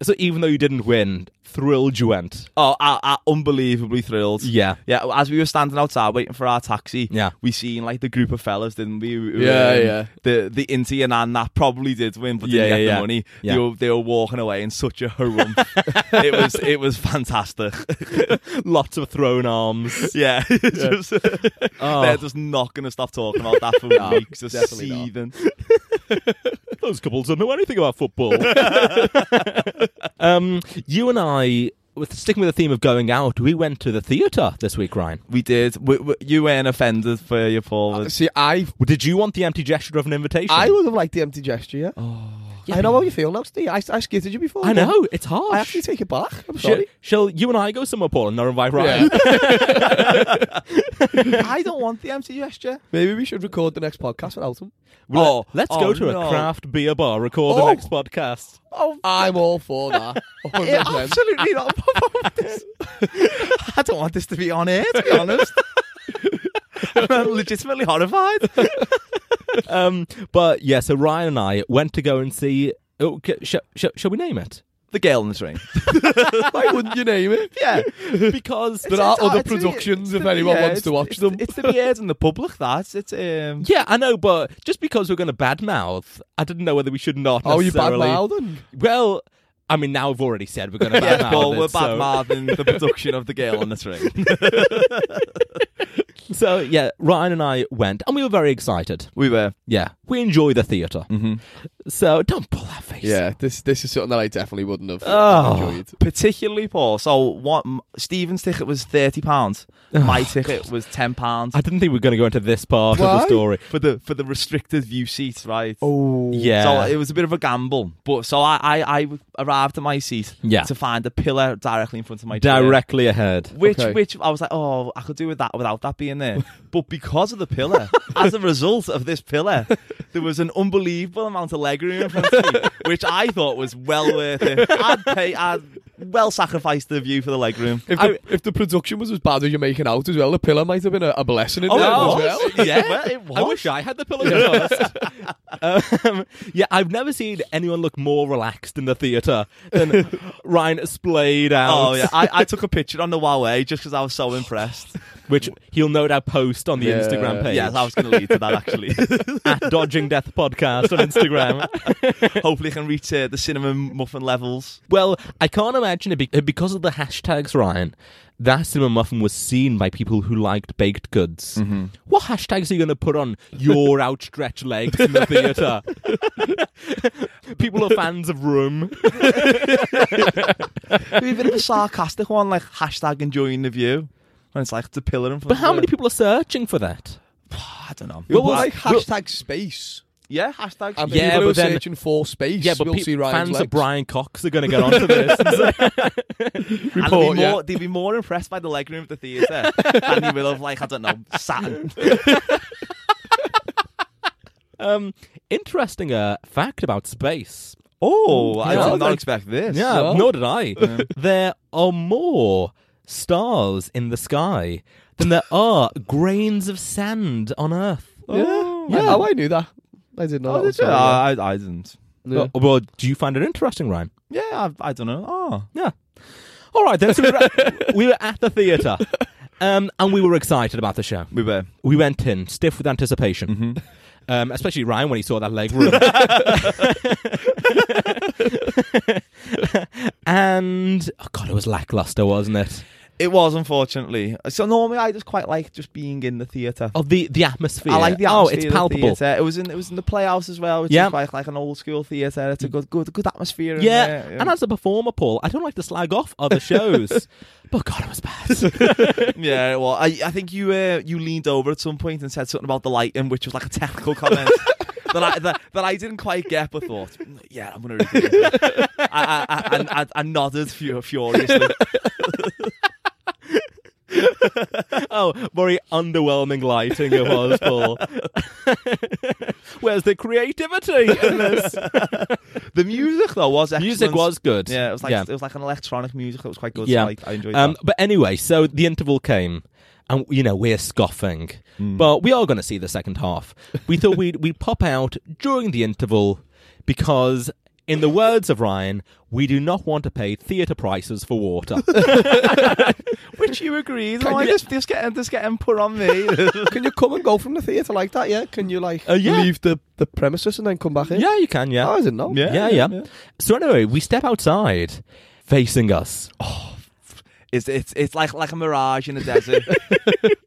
Speaker 2: so even though you didn't win, thrilled you went.
Speaker 4: oh I, I, unbelievably thrilled.
Speaker 2: Yeah.
Speaker 4: Yeah, as we were standing outside waiting for our taxi,
Speaker 2: Yeah.
Speaker 4: we seen like the group of fellas, didn't we? who- who,
Speaker 3: Yeah, yeah.
Speaker 4: The the Inti and Ann that probably did win, but
Speaker 2: Yeah,
Speaker 4: didn't get
Speaker 2: yeah,
Speaker 4: the
Speaker 2: yeah.
Speaker 4: money.
Speaker 2: Yeah.
Speaker 4: They, were, they were walking away in such a <laughs> harumph. it was it was <laughs> fantastic.
Speaker 2: Lots of thrown arms.
Speaker 4: Yeah, <laughs> Oh. just- they're just not going to stop talking about that <laughs> for weeks. Just
Speaker 3: definitely not.
Speaker 4: seething.
Speaker 2: Those couples don't know anything about
Speaker 3: <laughs>
Speaker 2: football. um, you and I, with sticking with the theme of going out, we went to the theatre this week, Ryan.
Speaker 4: We did. We, we, you weren't offended for your forward.
Speaker 3: See, I
Speaker 2: Did you want the empty gesture of an invitation?
Speaker 3: I would have liked the empty gesture, yeah. I know how you feel now, Steve. I, I skittered you before.
Speaker 2: Oh. I know, it's harsh.
Speaker 3: I actually take it back. I'm
Speaker 2: Shall,
Speaker 3: sorry.
Speaker 2: shall you and I go somewhere, Paul, and not invite <laughs> Ryan?
Speaker 4: I don't want the empty gesture.
Speaker 3: Maybe we should record the next podcast without him.
Speaker 2: Well, let's go
Speaker 4: oh,
Speaker 2: to
Speaker 4: no.
Speaker 2: a craft beer bar, record
Speaker 3: Oh.
Speaker 2: the next podcast.
Speaker 3: Oh, I'm all for <laughs> that. 100%.
Speaker 4: Absolutely not.
Speaker 3: <laughs>
Speaker 4: <laughs> I don't want this to be on air, to be honest. <laughs> I'm legitimately horrified.
Speaker 2: Um, but yeah, so Ryan and I went to go and see. Oh, c- sh- sh- shall we name
Speaker 3: <laughs>
Speaker 2: it?
Speaker 4: <laughs> The girl in the train.
Speaker 3: <laughs> Why wouldn't you name it?
Speaker 4: Yeah.
Speaker 2: Because
Speaker 3: There are other productions if anyone wants to watch them.
Speaker 4: It's to be aired in the public, that. It's, um,
Speaker 2: Yeah, I know, but just because we're going to badmouth, I didn't know whether we should not.
Speaker 3: Oh, you bad
Speaker 2: necessarily-
Speaker 3: mouthing?
Speaker 2: Well, I mean, now I've already said we're
Speaker 4: <laughs>
Speaker 2: going to badmouth.
Speaker 4: yeah, Paul,
Speaker 2: it,
Speaker 4: we're
Speaker 2: so-
Speaker 4: bad mouthing the production of The Girl on the <laughs> Train.
Speaker 2: So yeah, Ryan and I went, and we were very excited.
Speaker 4: We were.
Speaker 2: Yeah, we enjoy the theater
Speaker 4: Mm-hmm.
Speaker 2: So don't pull that face.
Speaker 3: Yeah, this this is something that I definitely wouldn't have
Speaker 4: Ah.
Speaker 2: Oh.
Speaker 3: enjoyed.
Speaker 4: Particularly Paul. So, what, Stephen's ticket was £30. My ticket was £10.
Speaker 2: I didn't think we were going to go into this part of
Speaker 3: Why?
Speaker 2: the story.
Speaker 4: for the for the restricted view seats, right?
Speaker 3: Oh,
Speaker 2: Yeah,
Speaker 4: So it was a bit of a gamble, but so I I, I arrived at my seat
Speaker 2: Yeah.
Speaker 4: to find a pillar directly in front of my chair.
Speaker 2: directly
Speaker 4: <laughs>
Speaker 2: ahead.
Speaker 4: Which
Speaker 3: Okay.
Speaker 4: which I was like, oh, I could do with that without that being there. but because of the pillar, as a result of this pillar, there was an unbelievable amount of legroom in front of me, which I thought was well worth it. I'd pay. I'd well sacrifice the view for the legroom.
Speaker 3: If the, if the production was as bad as you're making out as well, the pillar might have been a, a blessing in
Speaker 4: Oh,
Speaker 3: there
Speaker 4: it
Speaker 3: as
Speaker 4: was.
Speaker 3: well.
Speaker 4: Yeah, well, it was.
Speaker 2: I wish I had the pillow <laughs>
Speaker 4: Oh,
Speaker 2: first. um, yeah, I've never seen anyone look more relaxed in the theatre
Speaker 4: <laughs>
Speaker 2: than Ryan splayed out.
Speaker 4: Oh yeah, I, I took a picture on the Huawei just because I was so impressed.
Speaker 2: which he'll no doubt post on the
Speaker 3: Yeah.
Speaker 2: Instagram page.
Speaker 4: Yeah, I was going to lead to that actually. <laughs>
Speaker 2: <laughs> at Dodging Death Podcast on Instagram.
Speaker 4: Hopefully, I can reach uh, the cinnamon muffin levels.
Speaker 2: well, I can't imagine it be- uh, because of the hashtags, Ryan. That cinnamon muffin was seen by people who liked baked goods. What hashtags are you going to put on your outstretched legs in the theatre? people are fans of room.
Speaker 4: Maybe a bit of a sarcastic one, like hashtag enjoying the view. When it's like the pillar in front
Speaker 2: But how
Speaker 4: of
Speaker 2: many
Speaker 4: you.
Speaker 2: people are searching for that?
Speaker 4: I don't know.
Speaker 3: It was
Speaker 2: was-
Speaker 3: like
Speaker 2: well-
Speaker 3: hashtag space.
Speaker 4: Yeah, hashtag.
Speaker 3: And
Speaker 2: Yeah,
Speaker 3: people who
Speaker 2: but
Speaker 3: are
Speaker 2: then-
Speaker 3: searching for space
Speaker 2: Yeah, but
Speaker 3: will
Speaker 2: pe-
Speaker 3: see Ryan's
Speaker 2: fans
Speaker 3: legs.
Speaker 2: of Brian Cox are going to get onto this.
Speaker 4: and they'd
Speaker 3: Report,
Speaker 4: be,
Speaker 3: yeah.
Speaker 4: more, they'd be more impressed by the legroom of the theatre than they will have, like, I don't know, Saturn.
Speaker 2: um, interesting uh, fact about space.
Speaker 4: Oh, I
Speaker 2: Yeah.
Speaker 4: did not
Speaker 2: Like-
Speaker 4: expect this.
Speaker 2: Yeah,
Speaker 3: So?
Speaker 2: nor did I. There are more stars in the sky than there are grains of sand on Earth.
Speaker 3: Yeah,
Speaker 4: Oh.
Speaker 3: yeah. Oh, I knew that. I didn't know.
Speaker 4: Oh,
Speaker 3: that
Speaker 4: did you?
Speaker 3: was
Speaker 4: Oh,
Speaker 3: funny,
Speaker 4: I, I didn't.
Speaker 3: yeah.
Speaker 2: Uh, well, do you find it interesting, Ryan?
Speaker 4: Yeah, I, I don't know. Oh.
Speaker 2: Yeah. All right, then. So we were at, we were at the theatre. Um, and we were excited about the show.
Speaker 4: We were.
Speaker 2: We went in stiff with anticipation,
Speaker 4: Mm-hmm.
Speaker 2: um, especially Ryan when he saw that leg room. <laughs> and oh god, it was lackluster, wasn't it?
Speaker 4: It was unfortunately. So normally I just quite like just being in the theatre.
Speaker 2: Oh, the the atmosphere.
Speaker 4: I like the
Speaker 2: Oh,
Speaker 4: atmosphere.
Speaker 2: it's
Speaker 4: of the
Speaker 2: palpable.
Speaker 4: theatre. It was in it was in the playhouse as well, which
Speaker 2: Yeah.
Speaker 4: is quite like an old school theatre. It's a good good good atmosphere. in
Speaker 2: Yeah.
Speaker 4: there, <laughs>
Speaker 2: and as a performer, Paul, I don't like to slag off other shows, but God, it was bad. <laughs>
Speaker 4: yeah. Well, I I think you uh, you leaned over at some point and said something about the lighting, which was like a technical <laughs> comment. That I, that, that I didn't quite get, but thought, "Mm, yeah, I'm gonna. Read <laughs> it. I, I, I, and I, I nodded fu- furiously.
Speaker 2: oh, very underwhelming lighting it was,
Speaker 4: <laughs>
Speaker 2: Paul. Where's the creativity
Speaker 4: <laughs>
Speaker 2: in this?
Speaker 4: The music though was excellent.
Speaker 2: Music was good.
Speaker 4: yeah, it was like it was like an electronic music that was quite good.
Speaker 2: Yeah.
Speaker 4: so I, I enjoyed
Speaker 2: Um,
Speaker 4: that.
Speaker 2: but anyway, so the interval came, and you know we're scoffing,
Speaker 4: Hmm.
Speaker 2: but we are going to see the second half. We thought we'd we'd pop out during the interval because, in the words of Ryan, we do not want to pay theatre prices for water.
Speaker 4: Which you agreed? I'm
Speaker 2: Can
Speaker 4: like,
Speaker 2: you-
Speaker 4: this, this getting this getting put on me.
Speaker 3: Can you come and go from the theatre like that? Yeah. Can you like
Speaker 2: Uh, yeah.
Speaker 3: leave the, the premises and then come back in?
Speaker 2: yeah, you can.
Speaker 3: Oh,
Speaker 2: Yeah.
Speaker 3: I didn't know.
Speaker 4: Yeah.
Speaker 2: yeah, yeah, So anyway, we step outside, facing us.
Speaker 4: <laughs>
Speaker 2: Oh,
Speaker 4: It's it's it's like like a mirage in the desert.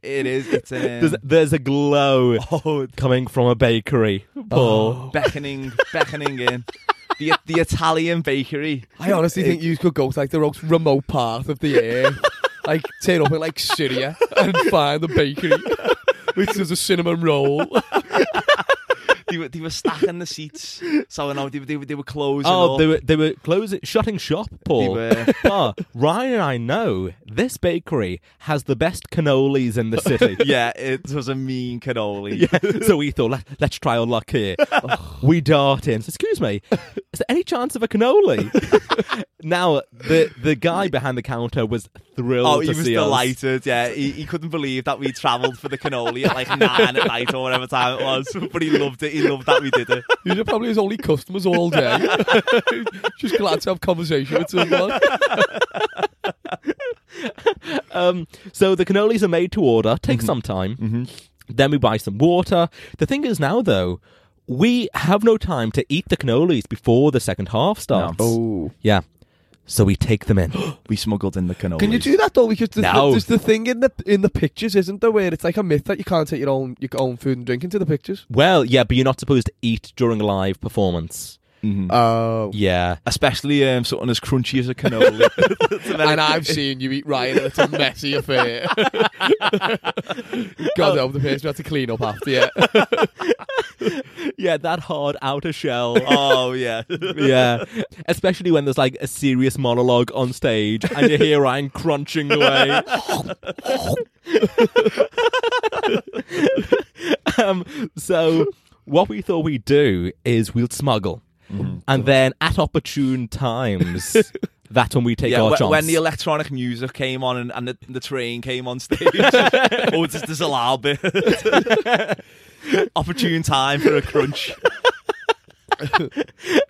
Speaker 4: it is. It's um,
Speaker 2: There's, there's a glow
Speaker 4: Oh.
Speaker 2: coming from a bakery. Paul.
Speaker 4: beckoning beckoning in the the Italian bakery.
Speaker 3: I honestly think you could go to like the most remote part of the
Speaker 2: <laughs>
Speaker 3: air, like turn up in like Syria and find the bakery, which is a cinnamon roll.
Speaker 4: They were they were stacking the seats. So I know they, were- they were they were closing.
Speaker 2: Oh,
Speaker 4: up.
Speaker 2: they were they were closing, shutting shop, Paul. <laughs>
Speaker 4: were.
Speaker 2: but Ryan and I know this bakery has the best cannolis in the city.
Speaker 4: <laughs> yeah, it was a mean <laughs> cannoli.
Speaker 2: Yeah, so we thought, Let, let's try our luck
Speaker 4: <laughs>
Speaker 2: here. we dart in. So, excuse me, is there any chance of a
Speaker 4: <laughs>
Speaker 2: cannoli? now, the the guy behind the counter was thrilled
Speaker 4: Oh,
Speaker 2: to
Speaker 4: he was
Speaker 2: see us.
Speaker 4: delighted. Yeah, he, he couldn't believe that we travelled for the cannoli at like nine at night or whatever time it was. But he loved it. He loved that we did it.
Speaker 3: These are probably his only customers all day. <laughs> Just glad to have conversation with someone.
Speaker 2: Um, so the cannolis are made to order. Takes some time. Then we buy some water. The thing is now, though, we have no time to eat the cannolis before the second half starts.
Speaker 3: Oh.
Speaker 2: Yeah. So we take them in. <gasps>
Speaker 4: We smuggled in the cannoli.
Speaker 3: Can you do that though? Because the,
Speaker 2: No.
Speaker 3: there's the thing in the in the pictures, isn't there? Where it's like a myth that you can't take your own your own food and drink into the pictures.
Speaker 2: well, yeah, but you're not supposed to eat during a live performance.
Speaker 3: Oh.
Speaker 2: Yeah.
Speaker 4: Especially um, something as crunchy as a cannoli. It's a very-
Speaker 3: And I've seen you eat Ryan, and it's a
Speaker 2: <laughs>
Speaker 3: messy affair. God, help the person we had to clean up after. Yeah.
Speaker 2: <laughs> Yeah, that hard outer <laughs> shell.
Speaker 4: <laughs> oh yeah.
Speaker 2: yeah. Especially when there's like a serious monologue on stage and you hear Ryan crunching away. <laughs> um, so, what we thought we'd do is we'll smuggle.
Speaker 4: Mm-hmm.
Speaker 2: And then at opportune
Speaker 4: <laughs>
Speaker 2: times, that's when we take
Speaker 4: Yeah,
Speaker 2: our
Speaker 4: when,
Speaker 2: chance.
Speaker 4: when the electronic music came on and, and the, the train came on stage, <laughs> oh, just there's a loud bit. <laughs> Opportune time for a crunch.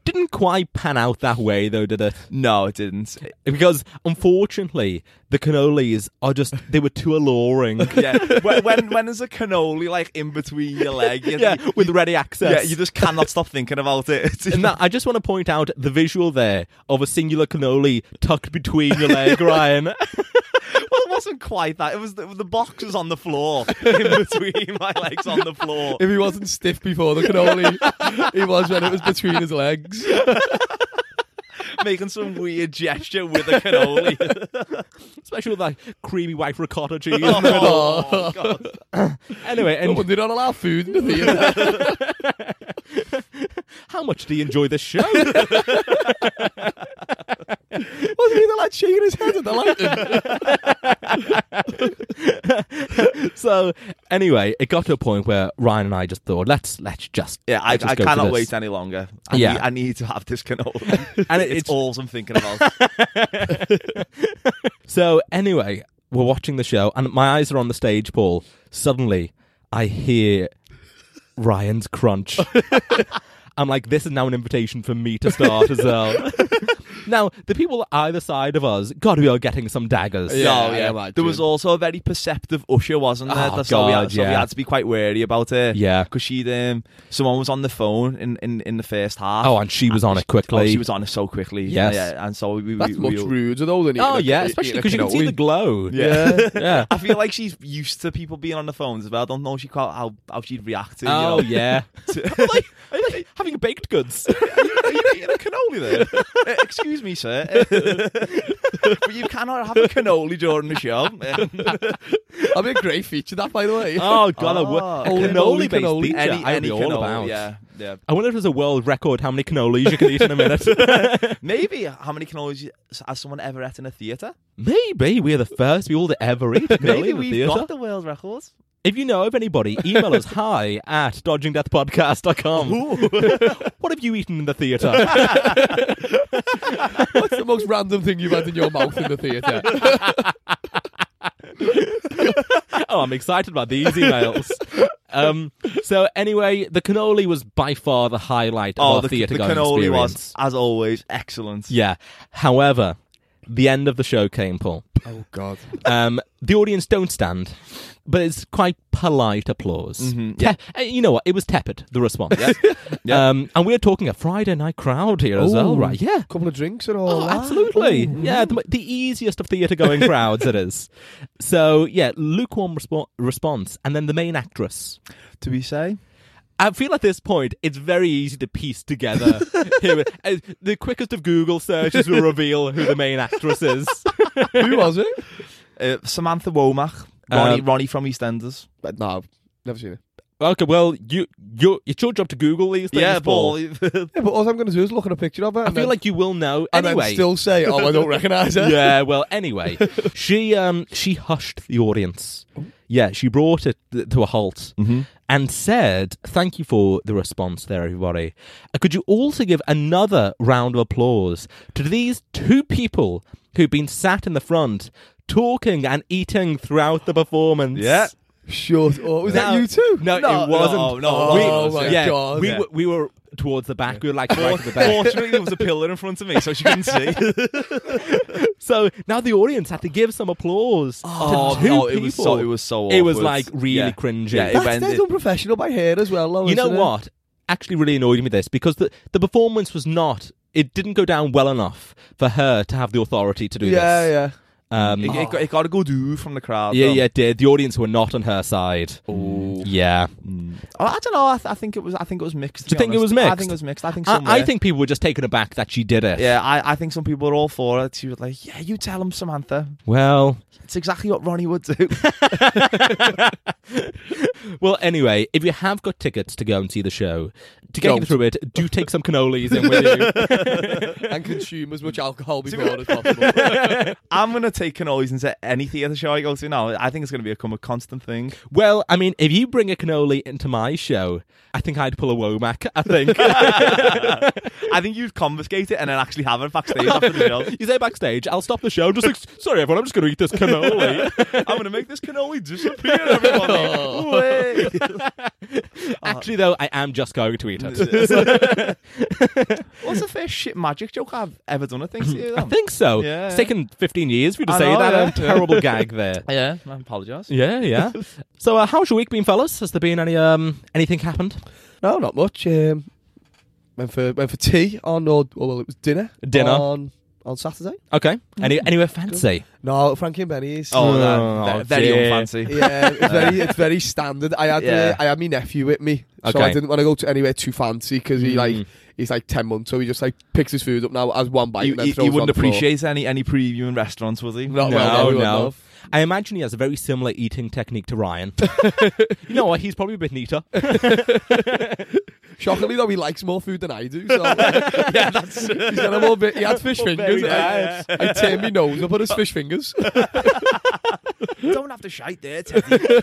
Speaker 2: Didn't quite pan out that way, though, did it?
Speaker 4: No, it didn't.
Speaker 2: Because unfortunately, the cannolis are just, they were too alluring.
Speaker 4: <laughs> Yeah, when when, when there's a cannoli like in between your leg, you,
Speaker 2: <laughs> yeah, with ready access.
Speaker 4: yeah, you just cannot stop thinking about it. It's-
Speaker 2: And that, I just want to point out the visual there of a singular cannoli tucked between your
Speaker 4: <laughs>
Speaker 2: leg, Ryan.
Speaker 4: Well, it wasn't quite that. It was the, the box was on the floor <laughs> in between my legs on the floor.
Speaker 3: If he wasn't stiff before the cannoli, he was when it was between his legs.
Speaker 4: making some weird gesture with a <laughs> cannoli.
Speaker 2: Especially with that creamy white ricotta cheese.
Speaker 4: oh, God.
Speaker 2: Anyway,
Speaker 3: No
Speaker 2: and
Speaker 3: wonder they don't allow food in the
Speaker 2: <laughs>
Speaker 3: theatre.
Speaker 2: how much do you enjoy this
Speaker 4: <laughs>
Speaker 2: show?
Speaker 3: Wasn't he the lad shaking his head at the lighting?
Speaker 2: so anyway, it got to a point where Ryan and I just thought, let's let's just
Speaker 4: Yeah, I,
Speaker 2: let's just
Speaker 4: I
Speaker 2: go for
Speaker 4: cannot
Speaker 2: this.
Speaker 4: wait any longer. I,
Speaker 2: Yeah.
Speaker 4: need, I need to have this cannoli.
Speaker 2: And it-
Speaker 4: it's,
Speaker 2: it's-
Speaker 4: all I'm thinking <laughs> about.
Speaker 2: So anyway, we're watching the show, and my eyes are on the stage, Paul. Suddenly, I hear Ryan's crunch. I'm like, this is now an invitation for me to start as well. Now, the people either side of us, God, we are getting some daggers.
Speaker 3: Yeah,
Speaker 4: no,
Speaker 3: I
Speaker 4: yeah.
Speaker 3: imagine.
Speaker 4: There was also a very perceptive usher, wasn't there?
Speaker 2: Oh,
Speaker 4: That's so we
Speaker 2: God,
Speaker 4: had, so we
Speaker 2: yeah.
Speaker 4: had to be quite wary about it.
Speaker 2: Yeah.
Speaker 4: because she, um, someone was on the phone in, in, in the first half.
Speaker 2: Oh, and she was on it quickly.
Speaker 4: Oh, she was on it so quickly.
Speaker 2: Yes.
Speaker 4: yeah, and so we. we
Speaker 3: That's
Speaker 4: we,
Speaker 3: much
Speaker 4: we,
Speaker 3: ruder though than
Speaker 2: Oh,
Speaker 3: eating a-
Speaker 2: yeah,
Speaker 3: eating
Speaker 2: especially
Speaker 3: a
Speaker 2: because you can see
Speaker 3: cannoli.
Speaker 2: the glow.
Speaker 4: Yeah.
Speaker 2: Yeah.
Speaker 4: I feel like she's used to people being on the phones as well. I don't know she quite how how she'd react to.
Speaker 2: Oh,
Speaker 4: <laughs> you know,
Speaker 2: yeah.
Speaker 4: to-
Speaker 2: like, like having baked goods.
Speaker 4: Are you eating a cannoli there? Uh, excuse me, sir. <laughs> but you cannot have a cannoli during the
Speaker 2: <laughs>
Speaker 4: show. Eh,
Speaker 3: That'd be a great feature, that by the way.
Speaker 2: Oh, God, oh, a
Speaker 4: Oh,
Speaker 2: cannoli, based
Speaker 3: cannoli.
Speaker 2: pizza.
Speaker 4: any
Speaker 2: I'd
Speaker 4: any
Speaker 2: be all
Speaker 4: cannoli,
Speaker 2: about.
Speaker 4: yeah, yeah.
Speaker 2: I wonder if there's a world record how many cannolis you can eat in a minute.
Speaker 4: Maybe how many cannolis has someone ever ate in a theatre?
Speaker 2: Maybe we're the first people to ever eat <laughs> a cannoli
Speaker 4: Maybe
Speaker 2: in the
Speaker 4: we've
Speaker 2: theatre.
Speaker 4: got the world records.
Speaker 2: If you know of anybody, email us hi at dodgingdeathpodcast.com. <laughs> what have you eaten in the theatre? <laughs>
Speaker 3: What's the most random thing you've had in your mouth in
Speaker 2: <laughs>
Speaker 3: the theatre?
Speaker 2: oh, I'm excited about these emails. um, so anyway, the cannoli was by far Oh, the highlight of our
Speaker 4: Oh, the,
Speaker 2: theatre
Speaker 4: the
Speaker 2: going
Speaker 4: cannoli
Speaker 2: experience.
Speaker 4: was, as always, excellent.
Speaker 2: Yeah. However, the end of the show came, Paul.
Speaker 3: oh, God.
Speaker 2: Um, the audience don't stand, but it's quite polite applause.
Speaker 3: Mm-hmm.
Speaker 2: Te- uh, you know what? It was tepid, the response. <laughs>
Speaker 4: Yeah.
Speaker 2: Um, and we're talking a Friday night crowd here as well,
Speaker 3: Ooh.
Speaker 2: right? Yeah.
Speaker 3: couple of drinks and all
Speaker 2: Oh,
Speaker 3: that.
Speaker 2: absolutely.
Speaker 3: Ooh.
Speaker 2: Yeah, the, the easiest of theatre
Speaker 3: <laughs>
Speaker 2: going crowds it is. So, yeah, lukewarm respo- response. And then the main actress.
Speaker 4: To be say,
Speaker 2: I feel at this point it's very easy to piece <laughs> together. here, uh, the quickest of Google searches will reveal who the main actress is.
Speaker 3: Who was it?
Speaker 4: uh, Samantha Womack, Ronnie,
Speaker 2: Um,
Speaker 4: Ronnie from EastEnders.
Speaker 3: But no, never seen it.
Speaker 2: Okay, well, you you it's your job to Google these things. Paul.
Speaker 4: <laughs> Paul.
Speaker 3: Yeah, but all I'm going to do is look at a picture of her.
Speaker 2: I feel like you will know anyway.
Speaker 3: still say, oh, I don't
Speaker 2: <laughs>
Speaker 3: recognise her.
Speaker 2: yeah, well,
Speaker 4: <laughs>
Speaker 2: anyway, she um she hushed the audience. Yeah, she brought it th- to a halt
Speaker 4: Mm-hmm.
Speaker 2: and said, "Thank you for the response, there, everybody. Uh, Could you also give another round of applause to these two people who've been sat in the front?" Talking and eating throughout the performance.
Speaker 4: Yeah.
Speaker 3: Shut up. oh, Was
Speaker 2: Now-
Speaker 3: that you too?
Speaker 2: No, it wasn't.
Speaker 4: No, no,
Speaker 3: Oh,
Speaker 4: it
Speaker 3: Oh,
Speaker 4: wasn't.
Speaker 3: my
Speaker 2: yeah,
Speaker 3: God.
Speaker 2: We,
Speaker 4: Yeah.
Speaker 2: Were, we were towards the back. We were like right at the back.
Speaker 4: <laughs> Fortunately, there was a pillar in front of me, so she couldn't see.
Speaker 2: So now the audience had to give some applause to two
Speaker 4: Oh, no,
Speaker 2: people.
Speaker 4: it was so it was so.
Speaker 2: It was,
Speaker 4: awkward.
Speaker 2: like really
Speaker 4: Yeah.
Speaker 2: cringy.
Speaker 4: Yeah, it
Speaker 3: That's
Speaker 4: went.
Speaker 3: dead
Speaker 4: it-
Speaker 3: unprofessional by here as well,
Speaker 4: Oh,
Speaker 3: though.
Speaker 2: you know
Speaker 3: isn't it?
Speaker 2: what? Actually, really annoyed me this because the the performance was not. It didn't go down well enough for her to have the authority to do
Speaker 3: Yeah,
Speaker 2: this.
Speaker 3: yeah.
Speaker 2: Yeah, um,
Speaker 4: It, it got, it got a good ooh from the crowd.
Speaker 2: yeah,
Speaker 4: though.
Speaker 2: yeah, it did. The audience were not on her side. Yeah,
Speaker 4: Oh, I don't know. I, th- I think it was. I think it was mixed. to
Speaker 2: Do you
Speaker 4: be
Speaker 2: think it
Speaker 4: honest.
Speaker 2: was
Speaker 4: I think
Speaker 2: mixed?
Speaker 4: it was mixed. I think.
Speaker 2: I,
Speaker 4: Some
Speaker 2: I
Speaker 4: were.
Speaker 2: think people were just taken aback that she did it.
Speaker 4: Yeah, I, I think some people were all for it. She was like, "Yeah, you tell him, Samantha.
Speaker 2: Well,
Speaker 4: It's exactly what Ronnie would do."
Speaker 2: well. Anyway, if you have got tickets to go and see the show, to get you
Speaker 3: Don't.
Speaker 2: through it, do take some cannolis in with you.
Speaker 4: <laughs>
Speaker 2: <laughs>
Speaker 3: And consume as much alcohol before as possible.
Speaker 4: <laughs> I'm gonna take cannolis into any theatre show I go to now. I think it's gonna become a constant thing.
Speaker 2: Well, I mean, if you bring a cannoli into my show, I think I'd pull a Womack. I
Speaker 4: <laughs>
Speaker 2: think
Speaker 4: I think you'd confiscate it and then actually have it backstage after the show.
Speaker 2: you say backstage, I'll stop the show. Just like, sorry, everyone, I'm just going to eat this cannoli.
Speaker 4: I'm gonna make this cannoli disappear, <laughs> everybody. Oh. Way.
Speaker 2: Actually, though, I am just going to eat it.
Speaker 4: What's the first shit magic joke I've ever done? I think. to you,
Speaker 2: I
Speaker 4: though?
Speaker 2: think so.
Speaker 4: Yeah.
Speaker 2: It's taken 15 years for you to
Speaker 4: I
Speaker 2: say
Speaker 4: know,
Speaker 2: that.
Speaker 4: yeah.
Speaker 2: A terrible gag there.
Speaker 4: Yeah, I apologise.
Speaker 2: Yeah, yeah. So, uh, how's your week been, fellas? Has there been any um anything happened?
Speaker 3: <laughs> no, not much. Um, went for went for tea on or oh, well, it was dinner.
Speaker 2: Dinner.
Speaker 3: on on Saturday.
Speaker 2: Okay. Any anywhere fancy?
Speaker 3: No, Frankie and Benny's.
Speaker 4: Oh,
Speaker 2: Oh,
Speaker 4: no, ve- very
Speaker 2: dear.
Speaker 4: unfancy.
Speaker 2: <laughs>
Speaker 3: Yeah, it's very, it's very standard. I had,
Speaker 4: Yeah.
Speaker 3: uh, I had my nephew with me, so
Speaker 2: Okay.
Speaker 3: I didn't want to go to anywhere too fancy because he
Speaker 2: Mm.
Speaker 3: like, he's like ten months, so he just like picks his food up now as one bite.
Speaker 4: You,
Speaker 3: and then
Speaker 4: you-
Speaker 3: throws
Speaker 4: you
Speaker 3: it on
Speaker 4: wouldn't
Speaker 3: the floor.
Speaker 4: appreciate any any preview in restaurants, would you?
Speaker 3: Not well,
Speaker 2: No,
Speaker 3: everyone
Speaker 2: no.
Speaker 3: love.
Speaker 2: I imagine he has a very similar eating technique to Ryan. you know what? He's probably a bit neater.
Speaker 3: Shockingly though, he likes more food than I <laughs> do. So yeah, that's <laughs> he's got a little bit. He had fish fingers.
Speaker 4: nice.
Speaker 3: I, I turned my nose up at his fish fingers. <laughs>
Speaker 4: Don't have to shite there, Teddy.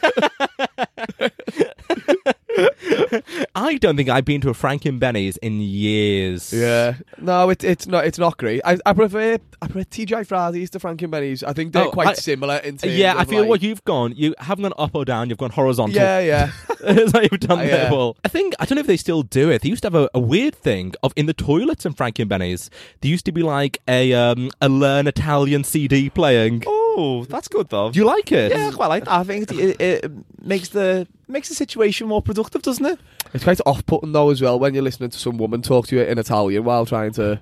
Speaker 2: I don't think I've been to a Frank and Benny's in years.
Speaker 3: Yeah. No, it, it's not it's not great. I, I prefer I prefer TJ Fridays to Frank and Benny's. I think they're
Speaker 2: Oh,
Speaker 3: quite
Speaker 2: I-
Speaker 3: similar in terms
Speaker 2: Yeah,
Speaker 3: of
Speaker 2: I feel
Speaker 3: like,
Speaker 2: what you've gone. You haven't gone up or down. You've gone horizontal.
Speaker 3: Yeah, yeah. <laughs>
Speaker 4: <laughs>
Speaker 2: That's how you've done
Speaker 3: Uh,
Speaker 2: that
Speaker 3: yeah.
Speaker 2: well. I think I don't know if they still do it. They used to have a, a weird thing of in the toilets in Frankie and Benny's. There used to be like a um a learn Italian CD playing.
Speaker 4: <laughs> Oh, that's good though.
Speaker 2: Do you like it?
Speaker 4: yeah, I quite like that. I think it, it, it makes the makes the situation more productive, doesn't it?
Speaker 3: It's quite off putting though as well when you're listening to some woman talk to you in Italian while trying <laughs> to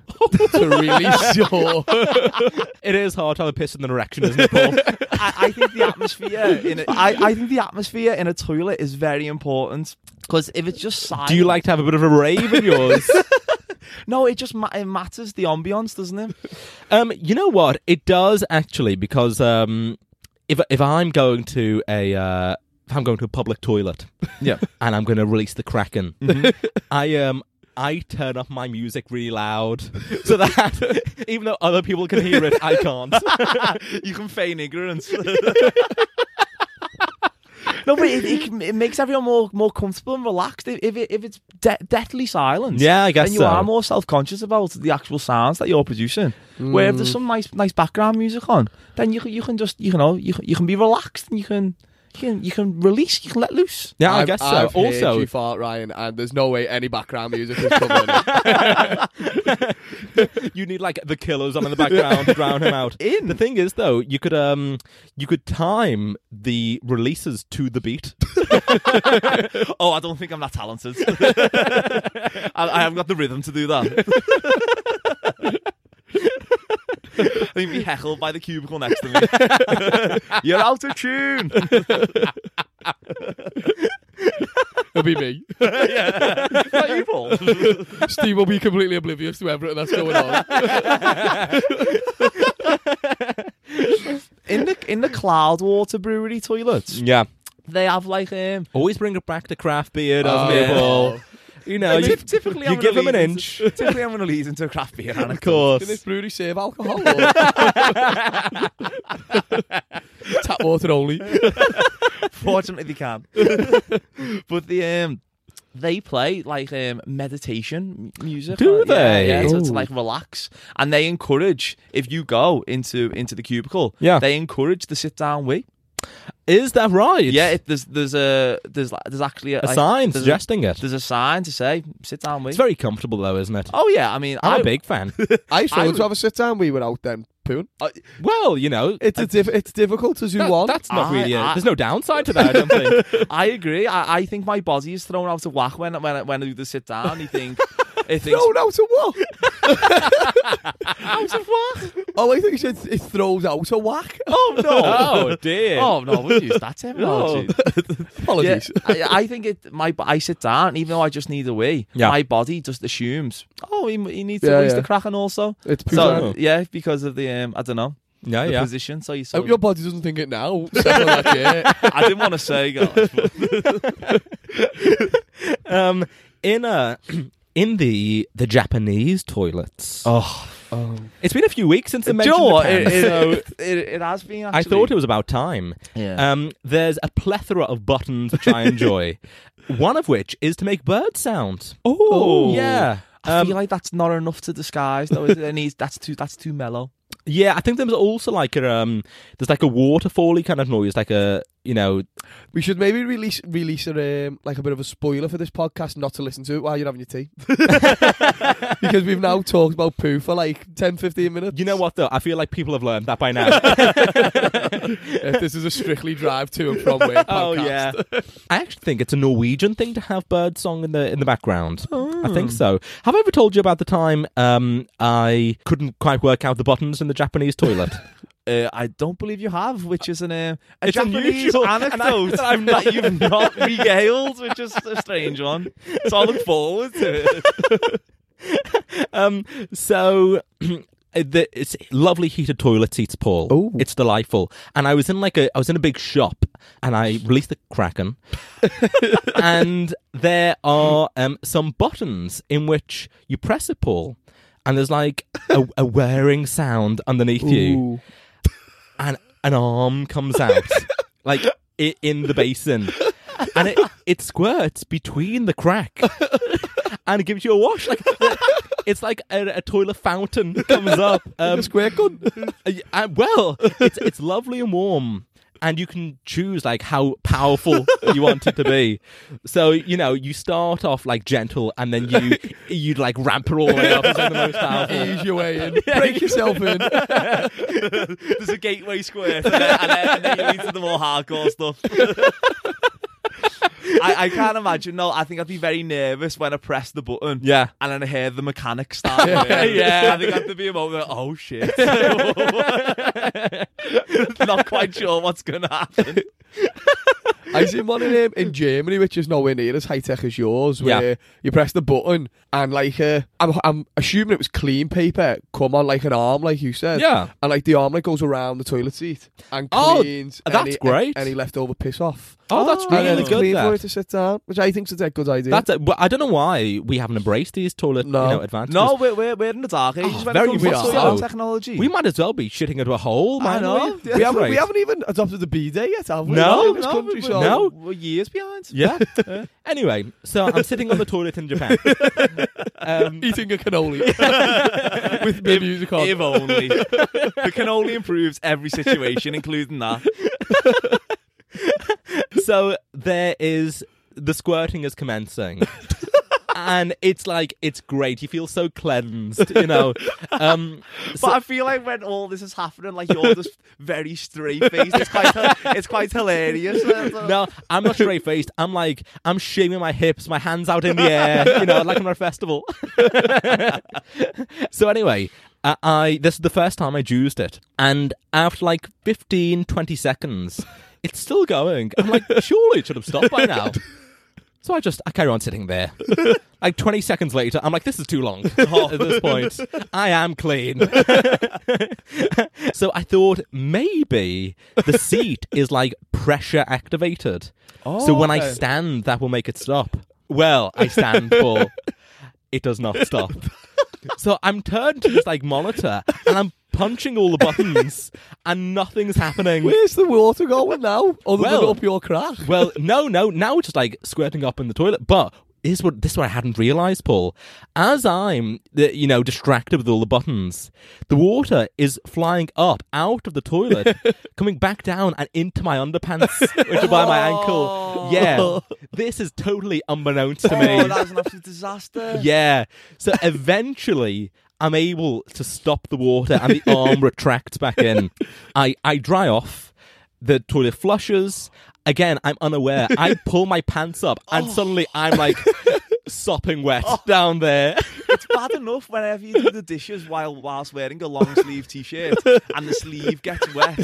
Speaker 3: to <laughs> release your
Speaker 2: It is hard to have a piss in an erection, isn't it, Paul?
Speaker 4: I, I think the atmosphere in a, I, I think the atmosphere in a toilet is very important because if it's just
Speaker 2: <laughs>
Speaker 4: silent,
Speaker 2: do you like to have a bit of a rave in
Speaker 4: <laughs>
Speaker 2: yours?
Speaker 4: No, it just ma- it matters the ambiance, doesn't
Speaker 2: <laughs>
Speaker 4: it?
Speaker 2: um, you know what? It does actually because um, if if I'm going to a uh, if I'm going to a public toilet,
Speaker 4: Yeah.
Speaker 2: and I'm going to release the Kraken.
Speaker 3: Mm-hmm.
Speaker 2: <laughs> I um I turn up my music really loud so that
Speaker 3: <laughs>
Speaker 2: even though other people can hear it, I can't.
Speaker 4: you can feign ignorance. <laughs> no, but it, it, can- it makes everyone more more comfortable and relaxed. If if, it, if it's de- deathly silence,
Speaker 2: Yeah, I guess
Speaker 4: then you
Speaker 2: so.
Speaker 4: are more self conscious about the actual sounds that you're producing. Where if
Speaker 2: Mm.
Speaker 4: there's some nice nice background music on, then you can- you can just you know you can, you can be relaxed and you can you can you can release you can let loose.
Speaker 2: yeah, I
Speaker 3: I've-
Speaker 2: guess
Speaker 3: I've
Speaker 2: so.
Speaker 3: heard
Speaker 2: Also,
Speaker 3: you fart, Ryan, and there's no way any background music is covering <laughs> it.
Speaker 2: you need like the killers
Speaker 4: <laughs>
Speaker 2: on in the background to drown him out.
Speaker 4: In.
Speaker 2: The thing is though, you could um you could time the releases to the
Speaker 3: <laughs>
Speaker 2: beat.
Speaker 4: <gasps> Oh, I don't think I'm that
Speaker 2: <laughs>
Speaker 4: talented. I, I haven't got the rhythm to do that.
Speaker 2: <laughs>
Speaker 4: I think be heckled by the cubicle next to me. <laughs> You're out of
Speaker 2: <laughs>
Speaker 4: tune.
Speaker 3: It'll be me.
Speaker 4: Is that you, Paul?
Speaker 3: Steve will be completely oblivious to everything that's going on.
Speaker 4: <laughs> In the in the Cloudwater Brewery toilets,
Speaker 2: <laughs> Yeah.
Speaker 4: they have like um.
Speaker 2: Always bring it back to craft beer, doesn't
Speaker 3: Oh,
Speaker 2: it,
Speaker 3: yeah.
Speaker 2: Paul? You know, you,
Speaker 4: Typ- typically,
Speaker 2: you
Speaker 4: I'm
Speaker 2: give
Speaker 4: gonna
Speaker 2: them an
Speaker 4: lead
Speaker 2: inch.
Speaker 4: into- typically, I'm going to lead into a craft
Speaker 2: <laughs>
Speaker 4: beer.
Speaker 2: Of
Speaker 4: anecdote.
Speaker 3: Can this
Speaker 2: course.
Speaker 3: brewery serve alcohol? Or... <laughs> Tap water only.
Speaker 4: Fortunately,
Speaker 2: <laughs>
Speaker 4: they can. but the um, they play like um meditation m- music.
Speaker 2: Do
Speaker 4: uh,
Speaker 2: they?
Speaker 4: Yeah, yeah to, to
Speaker 2: Ooh.
Speaker 4: like relax, and they encourage if you go into into the cubicle.
Speaker 2: Yeah.
Speaker 4: they encourage the sit down way.
Speaker 2: Is that right?
Speaker 4: Yeah, it, there's there's a there's like, there's actually a,
Speaker 2: A
Speaker 4: like,
Speaker 2: sign
Speaker 4: there's
Speaker 2: suggesting it.
Speaker 4: A, there's a sign to say sit down way.
Speaker 2: It's very comfortable though, isn't it?
Speaker 4: oh yeah, I mean,
Speaker 2: I'm
Speaker 4: I-
Speaker 2: a big fan.
Speaker 3: I Uh, used to
Speaker 4: I
Speaker 3: want
Speaker 4: would-
Speaker 3: to have a sit down. We were out then pooing.
Speaker 2: <laughs> well, you know,
Speaker 3: It's a diff- it's difficult to do
Speaker 2: That-
Speaker 3: one.
Speaker 2: That's not
Speaker 4: I-
Speaker 2: really. A,
Speaker 4: I-
Speaker 2: there's no downside to that. I don't think. <laughs>
Speaker 4: I agree. I, I think my body is thrown out of whack when when I- when I do the sit down.
Speaker 2: <laughs>
Speaker 4: You think. It thinks,
Speaker 3: No, no, to what?
Speaker 4: out of whack.
Speaker 3: Oh, I think you said it throws out a whack.
Speaker 4: Oh <laughs> no!
Speaker 2: <laughs> oh dear.
Speaker 4: Oh no! We
Speaker 2: <laughs>
Speaker 4: use that terminology.
Speaker 3: Apologies.
Speaker 4: Yeah, <laughs> I, I think it. My I sit down, even though I just need a wee.
Speaker 2: Yeah.
Speaker 4: My body just assumes. Oh, he, he needs
Speaker 3: Yeah,
Speaker 4: to waste
Speaker 3: yeah.
Speaker 4: the kraken also.
Speaker 3: It's poo
Speaker 4: So
Speaker 3: time.
Speaker 4: yeah, because of the um, I don't know
Speaker 2: yeah,
Speaker 4: the
Speaker 2: Oh, yeah.
Speaker 4: position. So you.
Speaker 3: I
Speaker 4: Sort
Speaker 3: hope
Speaker 4: of-
Speaker 3: your body doesn't think it now. <laughs> Settle that, yeah.
Speaker 4: <laughs> I didn't want to
Speaker 2: <laughs>
Speaker 4: say, guys. but-
Speaker 2: Um, in uh <clears throat> in the the Japanese toilets.
Speaker 4: Oh.
Speaker 2: It's been a few weeks since I
Speaker 4: Do you
Speaker 2: mentioned
Speaker 4: know what?
Speaker 2: Japan, <laughs>
Speaker 4: It, it,
Speaker 2: so
Speaker 4: it, it has been. Actually,
Speaker 2: I thought it was about time.
Speaker 4: Yeah.
Speaker 2: Um, there's a plethora of buttons which I <laughs> enjoy. One of which is to make bird sound.
Speaker 4: Oh.
Speaker 2: yeah.
Speaker 4: I feel
Speaker 2: Um,
Speaker 4: like that's not enough to disguise, though. Is it? And he's, that's too. That's too mellow.
Speaker 2: yeah, I think there's also like a um, there's like a waterfally kind of noise, like a you know,
Speaker 3: We should maybe release release a, um, like a bit of a spoiler for this podcast, not to listen to it while you're having your tea, <laughs> because we've now talked about poo for like 10, 15 minutes.
Speaker 2: you know what though. I feel like people have learned that by now.
Speaker 3: If Uh, this is a strictly drive to and from
Speaker 2: <laughs>
Speaker 3: work podcast.
Speaker 2: Oh yeah, <laughs> I actually think it's a Norwegian thing to have bird song in the in the background. I think so. Have I ever told you about the time um, I couldn't quite work out the buttons in the Japanese toilet?
Speaker 4: Uh, I don't believe you have, which is an uh, a
Speaker 2: It's
Speaker 4: Japanese
Speaker 2: unusual, and I-
Speaker 4: <laughs> anecdote
Speaker 2: that I've not-
Speaker 4: that you've not regaled, which is a strange one. So I look forward to it.
Speaker 2: um, so. <clears throat> The, it's lovely heated toilet seats, Paul.
Speaker 3: Ooh.
Speaker 2: It's delightful. And I was in like a, I was in a big shop, and I released the
Speaker 3: <laughs>
Speaker 2: Kraken, and there are um, some buttons in which you press it, Paul, and there's like a, a whirring sound underneath you.
Speaker 3: Ooh. <laughs>
Speaker 2: and an arm comes out, like i- in the basin. and it, it squirts between the crack
Speaker 3: <laughs>
Speaker 2: and gives you a wash. Like the- it's like a, a toilet fountain comes up. Um,
Speaker 3: a square gun.
Speaker 2: <laughs> uh, uh, well, it's it's lovely and warm, and you can choose like how powerful you want it to be. So you know, you start off like gentle, and then
Speaker 3: <laughs>
Speaker 2: you you like ramp her all the way up as the most powerful.
Speaker 3: Ease your way in. Break yourself in.
Speaker 4: There's a gateway square, and then, and then, and then you lead to the more hardcore stuff. I, I can't imagine. No, I think I'd be very nervous when I press the button.
Speaker 2: Yeah.
Speaker 4: And then I hear the mechanic start. <laughs>
Speaker 2: Yeah.
Speaker 4: I think I'd be a moment. Like, oh shit! <laughs> Not quite sure what's gonna happen.
Speaker 3: I seen one in, um, in Germany, which is nowhere near as high tech as yours, where
Speaker 2: Yeah.
Speaker 3: you press the button and like uh, I'm, I'm assuming it was clean paper come on like an arm, like you said,
Speaker 2: Yeah.
Speaker 3: and like the arm like goes around the toilet seat and
Speaker 2: Oh,
Speaker 3: cleans
Speaker 2: that's
Speaker 3: any,
Speaker 2: great.
Speaker 3: any leftover piss off.
Speaker 2: Oh, that's
Speaker 3: and then
Speaker 2: really
Speaker 3: it's clean
Speaker 2: good.
Speaker 3: for
Speaker 2: That.
Speaker 3: it to sit down, which I think is a good idea.
Speaker 2: That's a, well, I don't know why we haven't embraced these toilet
Speaker 3: No.
Speaker 2: you know, advances.
Speaker 4: No, we're, we're, we're in the dark ages
Speaker 2: Oh,
Speaker 4: when
Speaker 2: very
Speaker 4: it comes to
Speaker 2: much
Speaker 4: solar
Speaker 2: so.
Speaker 4: technology.
Speaker 2: we might as well be shitting into a hole.
Speaker 4: I
Speaker 2: man.
Speaker 4: know.
Speaker 2: We-
Speaker 4: Yeah.
Speaker 3: <laughs> we
Speaker 2: that's
Speaker 3: haven't, we
Speaker 2: right.
Speaker 3: haven't even adopted the B day yet, have we?
Speaker 2: No,
Speaker 3: in this
Speaker 4: no,
Speaker 3: country,
Speaker 4: we-
Speaker 3: so
Speaker 2: no.
Speaker 4: we're years behind.
Speaker 2: Yeah.
Speaker 4: <laughs>
Speaker 2: anyway, so I'm sitting on the toilet in Japan. Um,
Speaker 3: eating
Speaker 2: <laughs>
Speaker 3: a cannoli <laughs> with the music on.
Speaker 4: If only. <laughs> the cannoli improves every situation, including that.
Speaker 2: so there is the squirting is
Speaker 4: <laughs>
Speaker 2: commencing and it's like it's great you feel so cleansed you
Speaker 4: <laughs>
Speaker 2: know um so-
Speaker 4: but I feel like when all this is happening, like
Speaker 2: <laughs>
Speaker 4: you're just very straight faced. It's quite, it's quite hilarious.
Speaker 2: <laughs> no, I'm not straight faced. I'm like, I'm shaming my hips, my hands out in the air, you know, like I'm at a festival. <laughs> so, anyway, I, I this is the first time I'd used it. And after like 15, 20 seconds, it's still going. I'm like, surely it should have stopped by now. So I just, I carry on sitting there. Like 20 seconds later, I'm like, this is too long at this point. I am clean. So I thought maybe the seat is like pressure activated. so when I
Speaker 3: okay.
Speaker 2: stand, that will make it stop. Well, I stand for it does not stop. so I'm turned to this like monitor and I'm punching all the buttons and nothing's happening.
Speaker 3: Where's the water going now? Other
Speaker 2: Well-
Speaker 3: than up your crack.
Speaker 2: Well, no, no. Now it's just like squirting up in the toilet. But here's what this is what I hadn't realised, Paul. As I'm, the- you know, distracted with all the buttons, the water is flying up out of the toilet, coming back down and into my underpants, which are by my ankle. Yeah, this is totally unbeknownst to me.
Speaker 4: Oh, that was an absolute disaster.
Speaker 2: <laughs> Yeah. So eventually, I'm able to stop the water and the arm retracts back in. I, I dry off. The toilet flushes. Again, I'm unaware. I pull my pants up and suddenly I'm like sopping wet down there.
Speaker 4: It's bad enough whenever you do the dishes while whilst wearing a long sleeve t-shirt and the sleeve gets wet.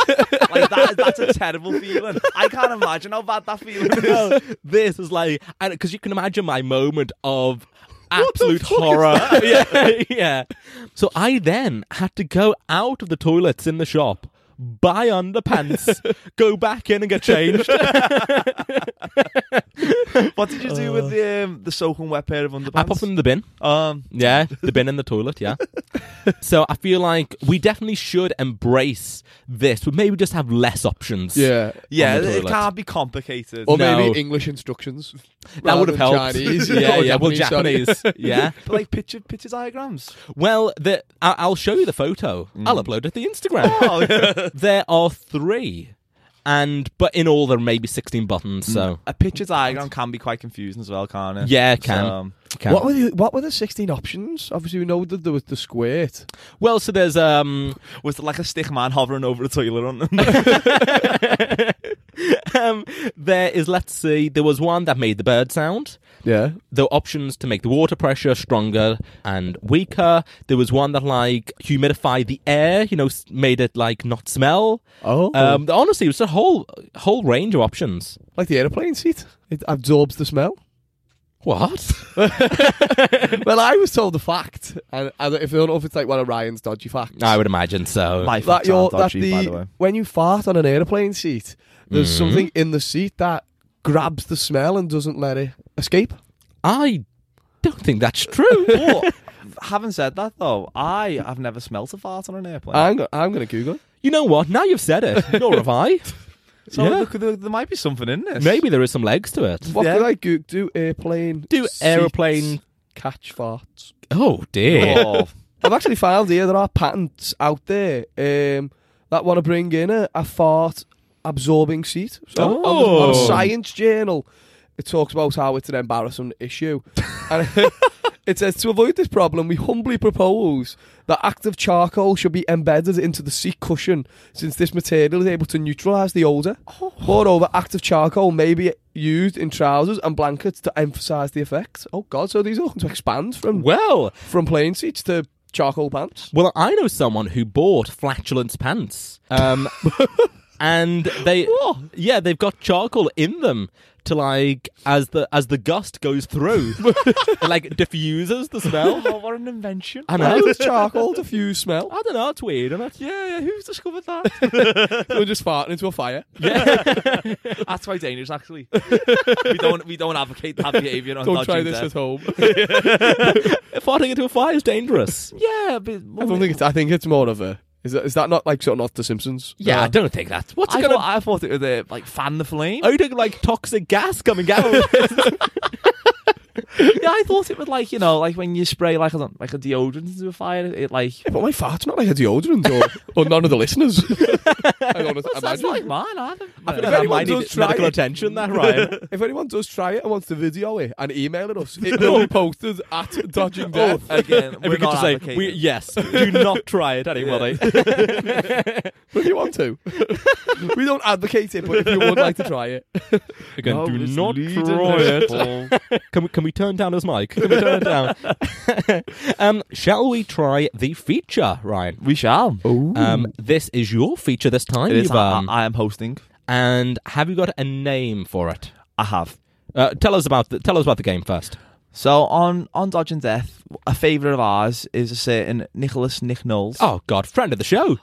Speaker 4: Like that, that's a terrible feeling. I can't imagine how bad that feeling is.
Speaker 2: No, this is like because you can imagine my moment of absolute horror. <laughs> yeah, yeah. So I then had to go out of the toilets in the shop. Buy underpants, go back in and get changed.
Speaker 4: What did you do with the um, the soaking wet pair of
Speaker 2: I
Speaker 4: underpants?
Speaker 2: pop them in the bin.
Speaker 4: um,
Speaker 2: Yeah, the bin and the toilet. Yeah. so I feel like we definitely should embrace this, but maybe just have less options.
Speaker 3: Yeah.
Speaker 4: yeah,
Speaker 2: the
Speaker 4: it
Speaker 2: toilet. Oh.
Speaker 4: can't be complicated.
Speaker 3: Or
Speaker 2: No.
Speaker 3: maybe English instructions.
Speaker 2: That
Speaker 3: rather
Speaker 2: would have
Speaker 3: than
Speaker 2: helped. <laughs>
Speaker 3: Chinese. <laughs>
Speaker 2: yeah,
Speaker 3: Or
Speaker 2: yeah. Well,
Speaker 3: sorry.
Speaker 2: Japanese.
Speaker 3: <laughs>
Speaker 2: <laughs> yeah.
Speaker 4: But, like picture picture diagrams.
Speaker 2: Well, the, I- I'll show you the photo.
Speaker 3: Mm.
Speaker 2: I'll upload it to the
Speaker 3: <laughs>
Speaker 2: Instagram.
Speaker 3: Oh.
Speaker 2: <laughs> there are three, and but in all there may be sixteen buttons. So
Speaker 4: a picture diagram can be quite confusing as well, can't it?
Speaker 2: yeah, it can.
Speaker 4: So, um,
Speaker 2: can.
Speaker 3: Mm. What were the what were the sixteen options? Obviously, we know that there was the squirt.
Speaker 2: well, so there's um,
Speaker 4: was it like a stick man hovering over the toilet <laughs> on them?
Speaker 2: um, there is. Let's see. There was one that made the bird sound.
Speaker 3: Yeah.
Speaker 2: there were options to make the water pressure stronger and weaker. There was one that like humidified the air, you know, s- made it like not smell.
Speaker 3: Oh.
Speaker 2: Um, honestly, it was a whole whole range of options.
Speaker 3: like the airplane seat. It absorbs the smell.
Speaker 2: What?
Speaker 3: well, I was told the fact, and I don't, if I don't know if it's like one of Ryan's dodgy facts.
Speaker 2: <laughs> I would imagine so.
Speaker 4: My
Speaker 3: that
Speaker 4: facts
Speaker 3: your
Speaker 4: aren't
Speaker 3: that
Speaker 4: dodgy,
Speaker 3: the,
Speaker 4: by the way.
Speaker 3: when you fart on an airplane seat, there's
Speaker 2: Mm-hmm.
Speaker 3: something in the seat that grabs the smell and doesn't let it escape.
Speaker 2: I don't think that's true.
Speaker 3: <laughs>
Speaker 4: But having said that, though, I have never smelt a fart on an airplane.
Speaker 3: I'm go- I'm gonna Google. it. <laughs>
Speaker 2: you know what? Now you've said it. Nor have I.
Speaker 4: So
Speaker 2: Yeah.
Speaker 4: look, there, there might be something in this.
Speaker 2: Maybe there is some legs to it.
Speaker 3: What
Speaker 4: Yeah.
Speaker 3: could I go- do? Airplane.
Speaker 2: Do
Speaker 3: seats
Speaker 2: aeroplane.
Speaker 3: catch farts?
Speaker 2: Oh dear.
Speaker 4: Oh,
Speaker 3: I've actually found here there are patents out there um, that want to bring in a, a fart absorbing seat. So on the- on,
Speaker 2: Oh.
Speaker 3: a science journal, it talks about how it's an embarrassing issue. and <laughs> it says to avoid this problem, we humbly propose that active charcoal should be embedded into the seat cushion, since this material is able to neutralise the odor. Moreover, active charcoal may be used in trousers and blankets to emphasise the effect. Oh God! So these are looking to expand from
Speaker 2: Well,
Speaker 3: from plane seats to charcoal pants.
Speaker 2: well, I know someone who bought flatulence pants,
Speaker 3: <laughs>
Speaker 2: um, and they, yeah, they've got charcoal in them to like as the as the gust goes through, <laughs> it, like diffuses the smell. <laughs>
Speaker 4: oh, what an invention!
Speaker 2: I
Speaker 3: How
Speaker 2: know. <laughs>
Speaker 3: does charcoal diffuse smell?
Speaker 2: I don't know. It's weird, isn't it?
Speaker 4: Yeah, yeah. Who's discovered that?
Speaker 3: <laughs> We're just farting into a fire.
Speaker 4: That's quite dangerous, actually. we don't we don't advocate that behaviour on
Speaker 3: Don't
Speaker 4: Dodge
Speaker 3: try
Speaker 4: and
Speaker 3: this
Speaker 4: Death.
Speaker 3: at home. <laughs>
Speaker 2: Farting into a fire is dangerous.
Speaker 4: Yeah, but
Speaker 3: I don't think it's. I think it's more of a. Is that is that not like sort of not The Simpsons? Uh,
Speaker 2: Yeah,
Speaker 3: No.
Speaker 2: I don't think that's what's
Speaker 4: I,
Speaker 2: it gonna. Oh,
Speaker 4: thought, I thought it was uh, like fan the flame.
Speaker 2: I don't like toxic gas coming
Speaker 4: <laughs>
Speaker 2: out.
Speaker 4: yeah, I thought it was like you know, like when you spray like I don't, like a deodorant into a fire, it like
Speaker 3: Yeah, but my fart's not like a deodorant,
Speaker 2: <laughs>
Speaker 3: or, or none of the listeners. I don't
Speaker 4: that's
Speaker 3: imagine.
Speaker 4: like mine. I haven't.
Speaker 2: I feel
Speaker 3: If
Speaker 2: like that
Speaker 3: anyone
Speaker 2: might
Speaker 3: does
Speaker 2: need
Speaker 3: try
Speaker 2: medical
Speaker 3: it-
Speaker 2: attention. That
Speaker 4: <laughs>
Speaker 2: Ryan.
Speaker 3: If anyone does try it and wants to video it and email it us,
Speaker 2: <laughs>
Speaker 3: it will be posted at Dodging
Speaker 2: Oh.
Speaker 3: Death.
Speaker 4: Again,
Speaker 2: If
Speaker 4: we're
Speaker 2: we could
Speaker 4: not
Speaker 2: just say,
Speaker 4: advocating.
Speaker 2: we, yes,
Speaker 4: <laughs>
Speaker 2: do not try it, anybody.
Speaker 3: if you want to. <laughs> we don't advocate it, but if you would like to try it,
Speaker 2: <laughs> Again,
Speaker 4: No,
Speaker 2: do
Speaker 4: it's
Speaker 2: not
Speaker 4: leading
Speaker 2: try
Speaker 4: us,
Speaker 2: it.
Speaker 4: Paul.
Speaker 2: Can we, can we turn down his mic? Can we turn it down? <laughs> um, shall we try the feature, Ryan?
Speaker 4: we shall.
Speaker 2: Um, this is your feature this time,
Speaker 4: Hmm. It is. I,
Speaker 2: Ivan.
Speaker 4: I am hosting.
Speaker 2: and have you got a name for it?
Speaker 4: I have.
Speaker 2: Uh, tell us about the, tell us about the game first.
Speaker 4: So on on Dodge and Death, a favourite of ours is a certain Nicholas Nick Knowles.
Speaker 2: Oh God, friend of the show.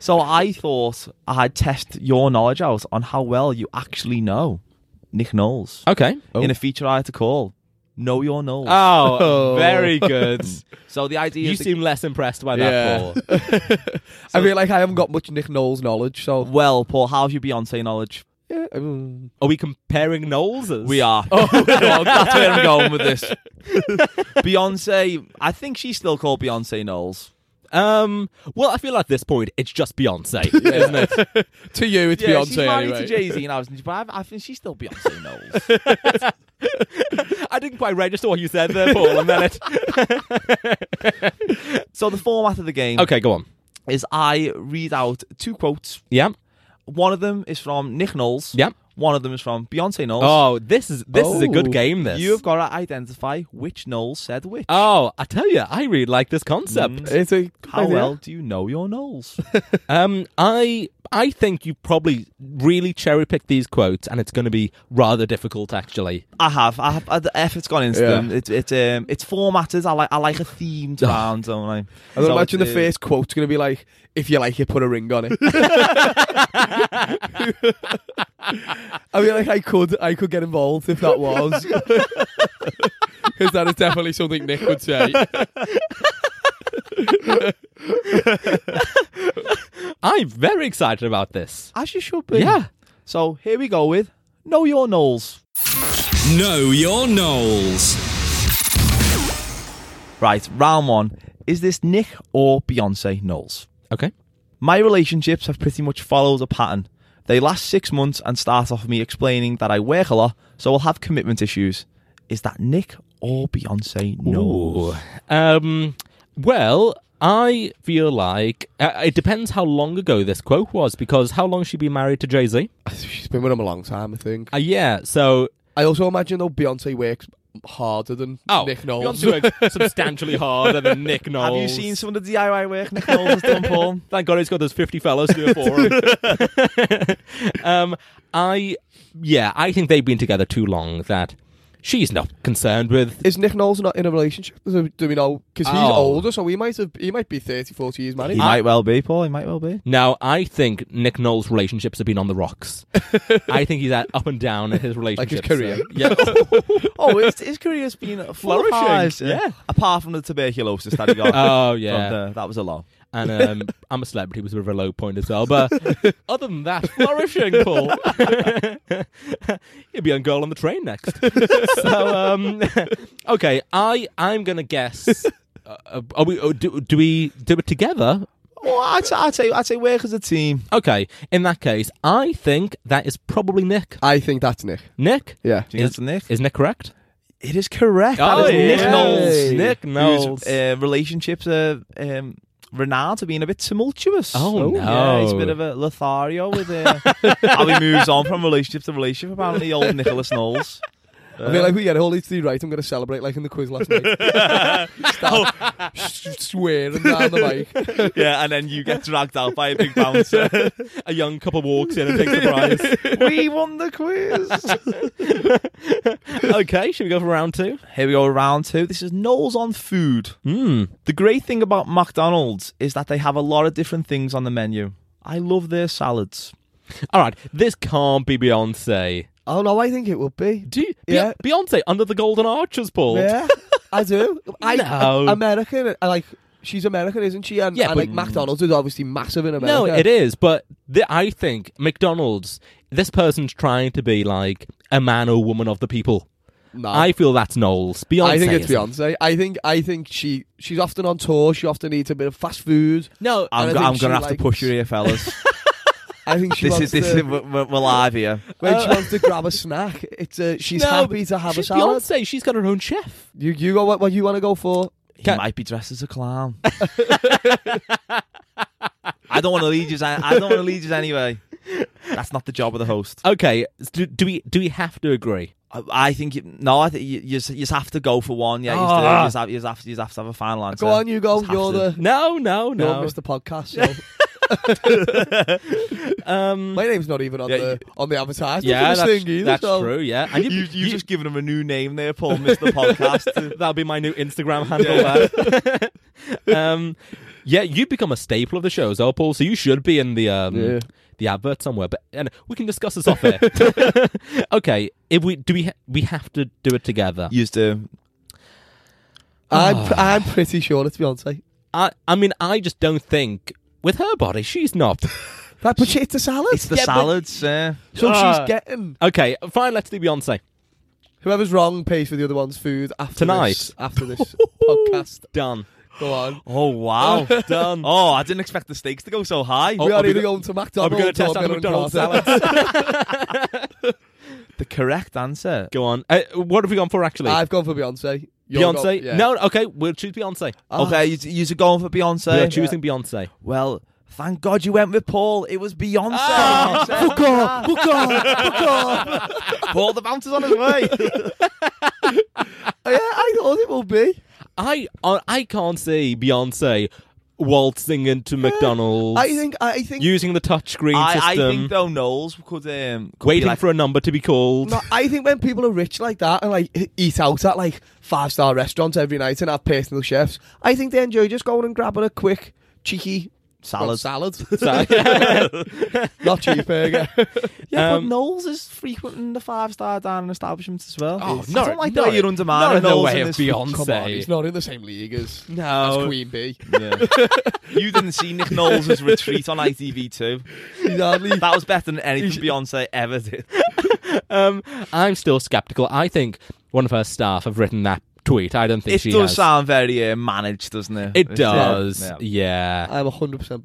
Speaker 4: so I thought I'd test your knowledge out on how well you actually know Nick Knowles
Speaker 2: Okay.
Speaker 4: in a feature I had to call "Know Your Knowles."
Speaker 2: Oh,
Speaker 3: Oh.
Speaker 2: very <laughs> good.
Speaker 4: so the idea
Speaker 2: you
Speaker 4: is to-
Speaker 2: seem less impressed by that,
Speaker 3: Yeah.
Speaker 2: Paul.
Speaker 3: I feel like I haven't got much Nick Knowles knowledge, so
Speaker 4: well, Paul, how's your Beyonce knowledge?
Speaker 3: yeah. um,
Speaker 2: Are we comparing Oh. Knowles's?
Speaker 4: We are. God, that's where I'm going with this. Beyonce, I think she's still called Beyonce Knowles.
Speaker 2: Um. Well, I feel at this point it's just <laughs> Beyonce, isn't it?
Speaker 3: <laughs> to you, it's
Speaker 4: she's
Speaker 3: Beyonce
Speaker 4: married
Speaker 3: anyway.
Speaker 4: to Jay Z now, isn't she? But I, I think she's still Beyonce Knowles.
Speaker 2: <laughs> I didn't quite register what you <laughs> said there, Paul. And then it.
Speaker 4: so the format of the game
Speaker 2: <laughs> Okay, go on.
Speaker 4: is I read out two quotes.
Speaker 2: Yeah.
Speaker 4: One of them is from Nick Knowles.
Speaker 2: Yeah.
Speaker 4: One of them is from Beyonce Knowles.
Speaker 2: Oh, this is this is a
Speaker 3: Oh.
Speaker 2: good game. This.
Speaker 4: You've got to identify which Knowles said which.
Speaker 2: Oh, I tell you, I really like this concept.
Speaker 4: Mm.
Speaker 3: It's a
Speaker 4: How well do you know your Knowles?
Speaker 2: Um, I I think you probably really cherry picked these quotes, and it's going to be rather difficult, actually.
Speaker 4: I have. I have. uh, The effort's gone into
Speaker 3: Yeah.
Speaker 4: them. It's it's um it's formatted. I like I like
Speaker 3: <laughs>
Speaker 4: a themed round, don't I?
Speaker 3: I don't
Speaker 4: So
Speaker 3: imagine the
Speaker 4: it's, uh,
Speaker 3: first quote's going to be like, if you like it, put a ring <laughs> on it. I mean, like, I could, I could get involved if that <laughs> was. Because that is definitely something Nick would say.
Speaker 2: I'm very excited about this.
Speaker 4: As you should be.
Speaker 2: Yeah.
Speaker 4: So here we go with Know Your Knowles.
Speaker 5: Know your Knowles.
Speaker 4: Right, round one. Is this Nick or Beyonce Knowles?
Speaker 2: Okay.
Speaker 4: My relationships have pretty much followed a pattern. They last six months and start off me explaining that I work a lot, so I'll have commitment issues. Is that Nick or Beyonce Knowles?
Speaker 2: Um. Well, I feel like uh, it depends how long ago this quote was, because how long has she been married to Jay Z?
Speaker 3: She's been with him a long time, I think.
Speaker 2: Uh, yeah. So
Speaker 3: I also imagine, though, Beyonce works harder than
Speaker 2: Oh,
Speaker 3: Nick Knowles.
Speaker 2: Beyonce <laughs> works substantially harder than Nick
Speaker 4: Have
Speaker 2: Knowles.
Speaker 4: you seen some of the DIY work Nick Knowles has done, Paul?
Speaker 2: Thank God he's got those fifty fellows to do it for him. <laughs> um, I, yeah, I think they've been together too long. That she's not concerned with.
Speaker 3: <laughs> Is Nick Knowles not in a relationship? Do do we know? Because he's
Speaker 2: Oh.
Speaker 3: older, so he might have, he might be 30, 40 years married.
Speaker 4: <laughs> He might well be, Paul. He might well be.
Speaker 2: Now, I think Nick Knowles' relationships have been on the <laughs> rocks. I think he's at up and down in his relationship.
Speaker 3: his career.
Speaker 2: yeah.
Speaker 4: Oh, his, his career's <laughs> been full of
Speaker 2: Flourishing,
Speaker 4: highs,
Speaker 2: yeah.
Speaker 4: <laughs> Apart from the tuberculosis that he got.
Speaker 2: <laughs> Oh,
Speaker 4: From
Speaker 2: yeah.
Speaker 4: the- that was a low.
Speaker 2: And um, I'm a celebrity was a bit of a low point as well. But other than that, flourishing, Paul. <laughs> He'll be on goal on the train next. <laughs> so, um, <laughs> okay, I I'm gonna guess. Uh, are we? uh do, do we do it together?
Speaker 4: Well, I'd, say- I'd say I'd say work as a team.
Speaker 2: Okay. In that case, I think that is probably Nick.
Speaker 3: I think that's Nick.
Speaker 2: Nick
Speaker 3: Yeah.
Speaker 4: Do you
Speaker 2: Is-
Speaker 4: think that's Nick?
Speaker 2: is Nick correct?
Speaker 4: It is correct.
Speaker 2: Oh,
Speaker 4: that is Nick
Speaker 2: yeah.
Speaker 4: Knowles.
Speaker 2: Nick
Speaker 4: whose,
Speaker 2: Knowles.
Speaker 4: uh, relationships are um, renowned for being a bit tumultuous.
Speaker 2: Oh, no.
Speaker 4: Yeah, he's a bit of a Lothario with
Speaker 2: <laughs>
Speaker 4: uh, how he moves on from relationship to relationship. Apparently, old Nicholas Knowles.
Speaker 2: Uh,
Speaker 3: I feel like we get all these three E right. I'm going to celebrate like in the quiz last night.
Speaker 2: <laughs> Oh.
Speaker 3: Start s- swearing down the mic.
Speaker 4: yeah, and then you get dragged out by a big bouncer.
Speaker 2: <laughs> A young couple walks in and takes the prize.
Speaker 4: <laughs> we won the quiz.
Speaker 2: okay, should we go for round two?
Speaker 4: Here we go, round two. This is Knowles on food.
Speaker 2: Hmm.
Speaker 4: The great thing about McDonald's is that they have a lot of different things on the menu. I love their salads.
Speaker 2: All right, this can't be Beyonce.
Speaker 3: <laughs> Oh no, I think it would be.
Speaker 2: Do you, Be-
Speaker 3: Yeah.
Speaker 2: Beyonce under the golden arches, Paul?
Speaker 3: Yeah, I do.
Speaker 2: <laughs>
Speaker 3: I
Speaker 2: No.
Speaker 3: American. I like. She's American, isn't she? And,
Speaker 2: Yeah,
Speaker 3: and
Speaker 2: but-
Speaker 3: like McDonald's is obviously massive in America.
Speaker 2: No, it is, but th- I think McDonald's. This person's trying to be like a man or woman of the people.
Speaker 3: No.
Speaker 2: I feel that's Knowles. Beyonce.
Speaker 3: Uh, I think it's
Speaker 2: isn't.
Speaker 3: Beyonce. I think I think she she's often on tour. She often eats a bit of fast food.
Speaker 2: No,
Speaker 4: I'm,
Speaker 3: And I think
Speaker 4: go- I'm gonna
Speaker 3: she
Speaker 4: have to
Speaker 3: likes-
Speaker 4: push you here, fellas.
Speaker 3: I think she
Speaker 4: <laughs> this
Speaker 3: wants
Speaker 4: is this
Speaker 3: to,
Speaker 4: is we're, we're live here.
Speaker 3: when she wants to grab a snack. It's uh, she's
Speaker 2: Uh. No,
Speaker 3: happy to have a
Speaker 2: she's
Speaker 3: salad.
Speaker 2: Beyonce. She's got her own chef.
Speaker 3: You you go what, what you want to go for?
Speaker 4: He
Speaker 2: Can-
Speaker 4: might be dressed as a clown. I don't want to lead you. I don't want to lead you anyway. That's not the job of the host.
Speaker 2: Okay, s- do, do we do we have to agree?
Speaker 4: I, I think you, no. I think you, you, just, you just have to go for one. Yeah, you just,
Speaker 2: Ah.
Speaker 4: you, just have, you, just have, you just have to have a final answer.
Speaker 3: Go on, you go.
Speaker 4: Just have
Speaker 3: You're
Speaker 4: to.
Speaker 3: the
Speaker 2: No, no,
Speaker 3: you're
Speaker 2: no.
Speaker 3: Mr. Podcast. So.
Speaker 2: <laughs> Um,
Speaker 3: My name's not even on
Speaker 4: Yeah,
Speaker 3: the on the advertisement
Speaker 2: yeah,
Speaker 3: for this
Speaker 2: that's,
Speaker 3: thing either.
Speaker 2: that's
Speaker 3: so.
Speaker 2: true. Yeah,
Speaker 3: <laughs>
Speaker 2: and
Speaker 4: You, you, just given him a new name there, Paul, Mr. Podcast.
Speaker 2: That'll be my new Instagram handle.
Speaker 3: <laughs>
Speaker 2: there. um, yeah, you become a staple of the shows, oh Paul. So you should be in the um,
Speaker 3: Yeah.
Speaker 2: the advert somewhere. But and we can discuss this
Speaker 3: <laughs>
Speaker 2: off air. okay, if we do, we ha- we have to do it together.
Speaker 4: Used to.
Speaker 3: I'm pr-
Speaker 2: Ah.
Speaker 3: I'm pretty sure it's Beyonce.
Speaker 2: I I mean, I just don't think with her body, she's not.
Speaker 3: That but it's a salad.
Speaker 4: It's the
Speaker 2: Yeah, but-
Speaker 4: salads. yeah.
Speaker 3: so
Speaker 2: Ah.
Speaker 3: she's getting
Speaker 2: Okay, fine. Let's do Beyonce.
Speaker 3: whoever's wrong pays for the other one's food after
Speaker 2: Tonight.
Speaker 3: This, after this podcast, <laughs>
Speaker 2: Done.
Speaker 3: go on.
Speaker 2: <laughs>
Speaker 4: Oh wow.
Speaker 2: Done.
Speaker 4: oh, I didn't expect the stakes to go so high.
Speaker 3: we
Speaker 2: Oh, are
Speaker 3: are
Speaker 2: we
Speaker 3: either
Speaker 2: go-
Speaker 3: going to
Speaker 2: Are we
Speaker 3: McDonald's.
Speaker 2: going to
Speaker 3: or
Speaker 2: test out
Speaker 3: Bill and
Speaker 2: McDonald's
Speaker 3: Carter.
Speaker 2: salads?
Speaker 4: The correct answer.
Speaker 2: Go on. Uh, what have we gone for actually?
Speaker 3: I've gone for Beyonce. You're
Speaker 2: Beyonce.
Speaker 3: go- yeah.
Speaker 2: No. Okay, we'll choose Beyonce.
Speaker 3: Ah.
Speaker 4: Okay, you, you are going for Beyonce.
Speaker 2: We're choosing Beyonce.
Speaker 4: Well, thank God you went with Paul. It was Beyonce.
Speaker 3: Hook up, hook up, hook
Speaker 2: <laughs>
Speaker 3: up.
Speaker 4: Paul, the bouncer's on his way.
Speaker 3: Yeah, I thought it would be.
Speaker 2: I I I can't see Beyonce waltzing into McDonald's
Speaker 3: I think. I think.
Speaker 2: using the touchscreen
Speaker 4: I, I
Speaker 2: system,
Speaker 4: think though Knowles could um could
Speaker 2: um, waiting
Speaker 4: be like,
Speaker 2: for a number to be called.
Speaker 3: No, I think when people are rich like that and like e- eat out at like five star restaurants every night and have personal chefs, I think they enjoy just going and grabbing a quick cheeky well,
Speaker 2: <laughs>
Speaker 3: salad,
Speaker 4: salad.
Speaker 2: So-
Speaker 3: <laughs> not
Speaker 2: <laughs>
Speaker 3: eh? cheeseburger.
Speaker 4: yeah,
Speaker 2: Um,
Speaker 4: but Knowles is frequenting the five star dining establishments as well.
Speaker 2: Oh,
Speaker 4: I
Speaker 2: no,
Speaker 4: don't like
Speaker 2: no,
Speaker 4: the way you're
Speaker 2: not in
Speaker 4: undermining
Speaker 2: the
Speaker 4: Knowles
Speaker 2: way
Speaker 4: in
Speaker 2: of
Speaker 4: this- <laughs>
Speaker 2: Beyonce.
Speaker 3: Come on, it's not in the same league as, as
Speaker 2: no,
Speaker 3: Queen Bee.
Speaker 4: you didn't see Nick <laughs> Knowles' retreat on ITV two.
Speaker 3: He's hardly.
Speaker 4: That was better than anything Beyonce ever did.
Speaker 2: um, I'm still skeptical. I think one of her staff have written that tweet. I don't think
Speaker 4: It
Speaker 2: she
Speaker 4: does
Speaker 2: has.
Speaker 4: sound very uh, managed, doesn't it?
Speaker 2: it
Speaker 4: It's,
Speaker 2: does,
Speaker 4: uh, yeah.
Speaker 2: yeah.
Speaker 3: I'm 100%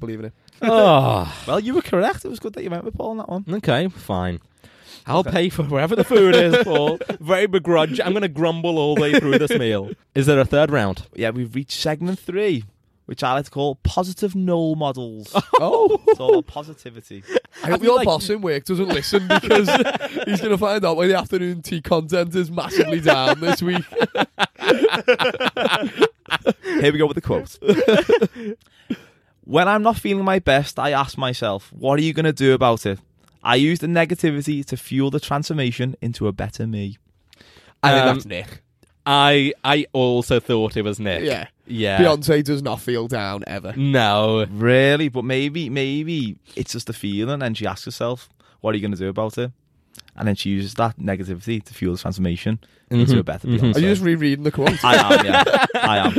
Speaker 2: <laughs>
Speaker 3: believing it.
Speaker 2: oh,
Speaker 4: Well, you were correct. It was good that you went with Paul on that one.
Speaker 2: okay, fine. I'll pay for wherever the food is, Paul. Very begrudge. I'm going to grumble all the way through this meal. Is there a third round?
Speaker 4: yeah, we've reached segment three, which I like to call positive Knoll <laughs> models.
Speaker 3: Oh,
Speaker 4: it's all about positivity.
Speaker 3: I hope
Speaker 2: feel
Speaker 3: your
Speaker 2: like-
Speaker 3: boss in work doesn't
Speaker 2: <laughs>
Speaker 3: listen because he's going to find out why the afternoon tea content is massively down this
Speaker 2: <laughs>
Speaker 3: week.
Speaker 2: Um,
Speaker 4: Here we go with the quote. when I'm not feeling my best, I ask myself, what are you going to do about it? I use the negativity to fuel the transformation into a better me.
Speaker 3: I think
Speaker 2: Um,
Speaker 3: that's Nick.
Speaker 2: I I also thought it was Nick.
Speaker 3: Yeah.
Speaker 2: Yeah.
Speaker 3: Beyonce does not feel down ever.
Speaker 2: No.
Speaker 4: Really? But maybe, maybe it's just a feeling, and she asks herself, what are you going to do about it? and then she uses that negativity to fuel the transformation
Speaker 2: Mm-hmm.
Speaker 4: into a better Beyonce.
Speaker 3: Are you just rereading the quote?
Speaker 4: I am, yeah. I am.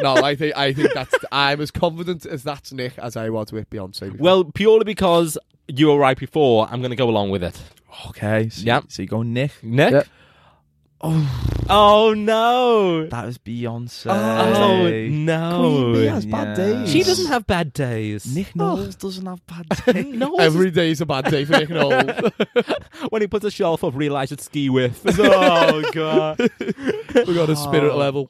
Speaker 3: no, I think I think that's. I'm as confident as that's Nick as I was with Beyonce. before.
Speaker 2: Well, purely because you were right before, I'm going to go along with it.
Speaker 4: Okay. So,
Speaker 2: Yep.
Speaker 4: so you go Nick.
Speaker 2: Nick?
Speaker 3: Yeah.
Speaker 2: Oh. no.
Speaker 4: That was Beyonce.
Speaker 2: Oh, no.
Speaker 3: Queen Bee has bad
Speaker 4: Yeah.
Speaker 3: days.
Speaker 2: She doesn't have bad days.
Speaker 4: Nick Knowles doesn't have
Speaker 2: <laughs>
Speaker 4: bad days.
Speaker 2: Oh. No,
Speaker 3: Every day is a bad day for Nick Knowles.
Speaker 2: when he puts a shelf up, realize it's ski with.
Speaker 4: <laughs>
Speaker 2: oh god.
Speaker 3: <laughs> we got a spirit level.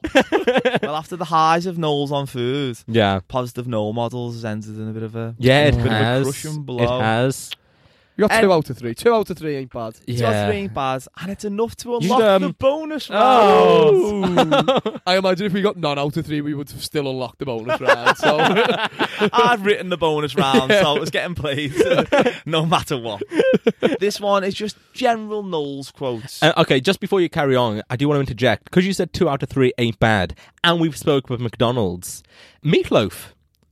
Speaker 4: well, after the highs of Knowles on food,
Speaker 2: Yeah.
Speaker 4: positive Knoll models has ended in a bit of a
Speaker 2: Yeah, it
Speaker 4: bit of a
Speaker 2: has.
Speaker 4: crushing blow.
Speaker 2: It has.
Speaker 3: You got
Speaker 4: And-
Speaker 3: two out of three. Two out of three ain't bad.
Speaker 4: Two out of three ain't bad, and it's enough to
Speaker 2: should,
Speaker 4: unlock the
Speaker 2: um,
Speaker 4: bonus round.
Speaker 2: Oh.
Speaker 3: <laughs> I imagine if we got none out of three, we would have still unlocked the bonus round. So
Speaker 4: I've written the bonus round, so it was getting
Speaker 2: <laughs>
Speaker 4: played <laughs> no matter what. This one is just general Knowles quotes.
Speaker 2: Uh, okay, just before you carry on, I do want to interject because you said two out of three ain't bad, and we've spoke with McDonald's. Meatloaf,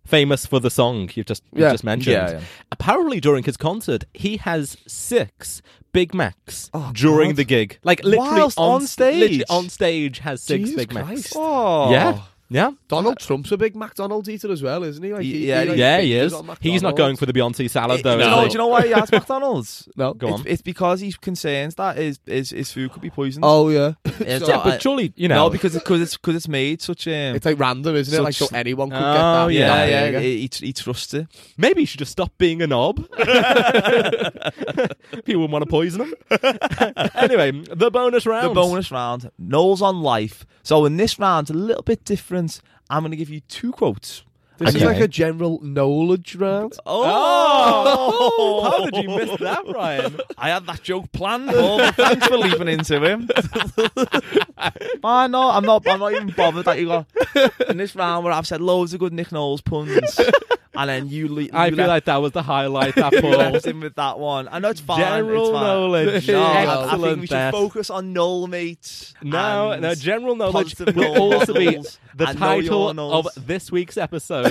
Speaker 2: famous for the song you've just you
Speaker 3: Yeah.
Speaker 2: just mentioned.
Speaker 4: Yeah, yeah.
Speaker 2: Apparently, during his concert, he has six Big Macs during the gig. Like literally
Speaker 4: Oh, Whilst on
Speaker 2: s-
Speaker 4: stage?
Speaker 2: literally on stage has six
Speaker 3: Jesus
Speaker 2: Big Macs.
Speaker 3: Christ.
Speaker 4: oh.
Speaker 2: Yeah, yeah.
Speaker 3: <laughs> Donald Trump's a big McDonald's eater as well, isn't he? Like, he
Speaker 4: Yeah,
Speaker 3: he, like,
Speaker 2: yeah, he
Speaker 3: bitches
Speaker 2: is.
Speaker 3: on
Speaker 2: He's not
Speaker 3: McDonald's.
Speaker 2: going for the Beyonce salad,
Speaker 4: It-
Speaker 2: though.
Speaker 4: no,
Speaker 2: is he?
Speaker 4: do you know why he has McDonald's?
Speaker 2: <laughs>
Speaker 3: No.
Speaker 2: Go
Speaker 4: It's,
Speaker 2: on.
Speaker 4: it's because he's concerned that his, his, his food could be poisoned.
Speaker 3: Oh yeah.
Speaker 4: It's
Speaker 3: so
Speaker 2: yeah,
Speaker 4: I-
Speaker 2: but surely you know.
Speaker 4: no, because it, cause it's because it's made such um, a.
Speaker 3: It's like random, isn't it?
Speaker 4: So
Speaker 3: Like so
Speaker 4: tr-
Speaker 3: anyone could
Speaker 2: Oh,
Speaker 3: get that.
Speaker 4: yeah,
Speaker 2: yeah,
Speaker 4: yeah,
Speaker 3: there you
Speaker 4: He, he, he trusts it.
Speaker 2: maybe he should just stop being a
Speaker 4: <laughs>
Speaker 2: knob. People wouldn't want to poison him. <laughs> anyway, the bonus round.
Speaker 4: The bonus round, Knowles on life. So in this round, a little bit different. I'm going to give you two quotes.
Speaker 3: go. This is
Speaker 2: Okay.
Speaker 3: like a general knowledge round.
Speaker 4: <laughs>
Speaker 2: Oh! How did you miss that, Ryan?
Speaker 4: I had that joke planned. Oh, but thanks for leaping into <laughs> him. I know. I'm not. I'm not even bothered that you got in this round where I've said loads of good Nick Knowles <laughs> puns, and then you. Le-
Speaker 2: I
Speaker 4: you
Speaker 2: feel
Speaker 4: left-
Speaker 2: like that was the highlight. That
Speaker 4: you
Speaker 2: ball.
Speaker 4: left him with that one. I know it's fine.
Speaker 2: General
Speaker 4: it's fine.
Speaker 2: knowledge.
Speaker 4: No, I- I, think
Speaker 2: Excellent
Speaker 4: we should
Speaker 2: there.
Speaker 4: focus on Knoll, mate.
Speaker 2: No,
Speaker 4: and
Speaker 2: no, general knowledge
Speaker 4: positive
Speaker 2: will
Speaker 4: Knowles
Speaker 2: also be
Speaker 4: models
Speaker 2: the
Speaker 4: and know your Oh.
Speaker 2: title of
Speaker 4: Knowles.
Speaker 2: this week's
Speaker 4: <laughs>
Speaker 2: episode.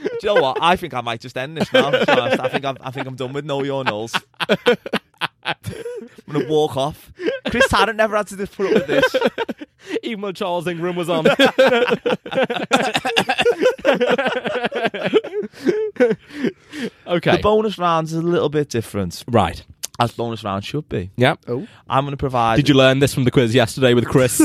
Speaker 4: Do you know what? I think I might just end this now. to be honest. I think I'm, I think I'm done with Know Your Knowles. I'm gonna walk off. Chris Tarrant never had to just put up with this.
Speaker 2: <laughs> Even when Charles Ingram was <laughs> on. okay.
Speaker 4: The bonus rounds is a little bit different,
Speaker 2: right.
Speaker 4: as bonus rounds should be.
Speaker 2: Yeah.
Speaker 4: I'm gonna provide.
Speaker 2: Did you learn this from the quiz yesterday with <laughs> Chris?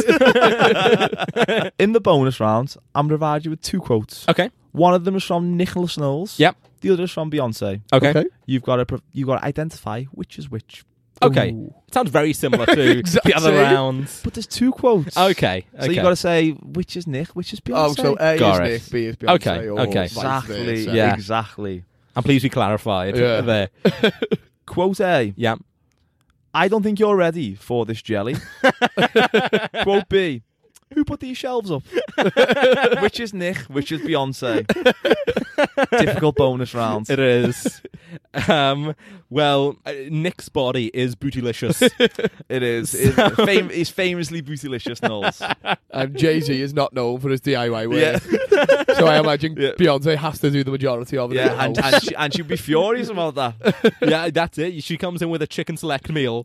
Speaker 4: in the bonus rounds? I'm gonna provide you with two quotes.
Speaker 2: okay.
Speaker 4: One of them is from Nicholas Knowles.
Speaker 2: Yep.
Speaker 4: The other is from Beyonce.
Speaker 2: Okay.
Speaker 3: Okay.
Speaker 2: Okay.
Speaker 4: You've got to you've got to identify which is which.
Speaker 2: Sounds very similar
Speaker 4: <laughs>
Speaker 2: to
Speaker 3: Exactly.
Speaker 2: the other rounds.
Speaker 4: But there's two quotes.
Speaker 2: Okay.
Speaker 4: So you
Speaker 2: okay.
Speaker 4: got to say which is Nick, which is Beyonce.
Speaker 3: Oh, so A
Speaker 2: Got it.
Speaker 3: is Nick, B is Beyonce.
Speaker 2: Okay,
Speaker 3: or
Speaker 2: okay.
Speaker 3: vice
Speaker 4: exactly.
Speaker 3: versa.
Speaker 2: Yeah.
Speaker 4: Exactly.
Speaker 2: I'm pleased we clarified
Speaker 3: Yeah.
Speaker 2: there.
Speaker 4: Quote A.
Speaker 2: Yeah.
Speaker 4: I don't think you're ready for
Speaker 3: <laughs>
Speaker 4: this jelly. Quote B. Who put these
Speaker 3: <laughs>
Speaker 4: shelves up? which is Nick, which is Beyonce. Difficult bonus round.
Speaker 2: It is. um, well, uh, Nick's body is
Speaker 4: <laughs>
Speaker 2: bootylicious.
Speaker 4: it is. It, fam- it's famously bootylicious,
Speaker 3: <laughs>
Speaker 4: Knowles.
Speaker 3: And Jay Z is not known for his DIY work, <laughs> so I imagine
Speaker 4: Yeah.
Speaker 3: Beyonce has to do the majority of it.
Speaker 4: Yeah, and,
Speaker 3: in-house.
Speaker 4: and, she, and she'd be furious about that.
Speaker 2: yeah, that's it. She comes in with a chicken select
Speaker 4: <laughs>
Speaker 2: meal.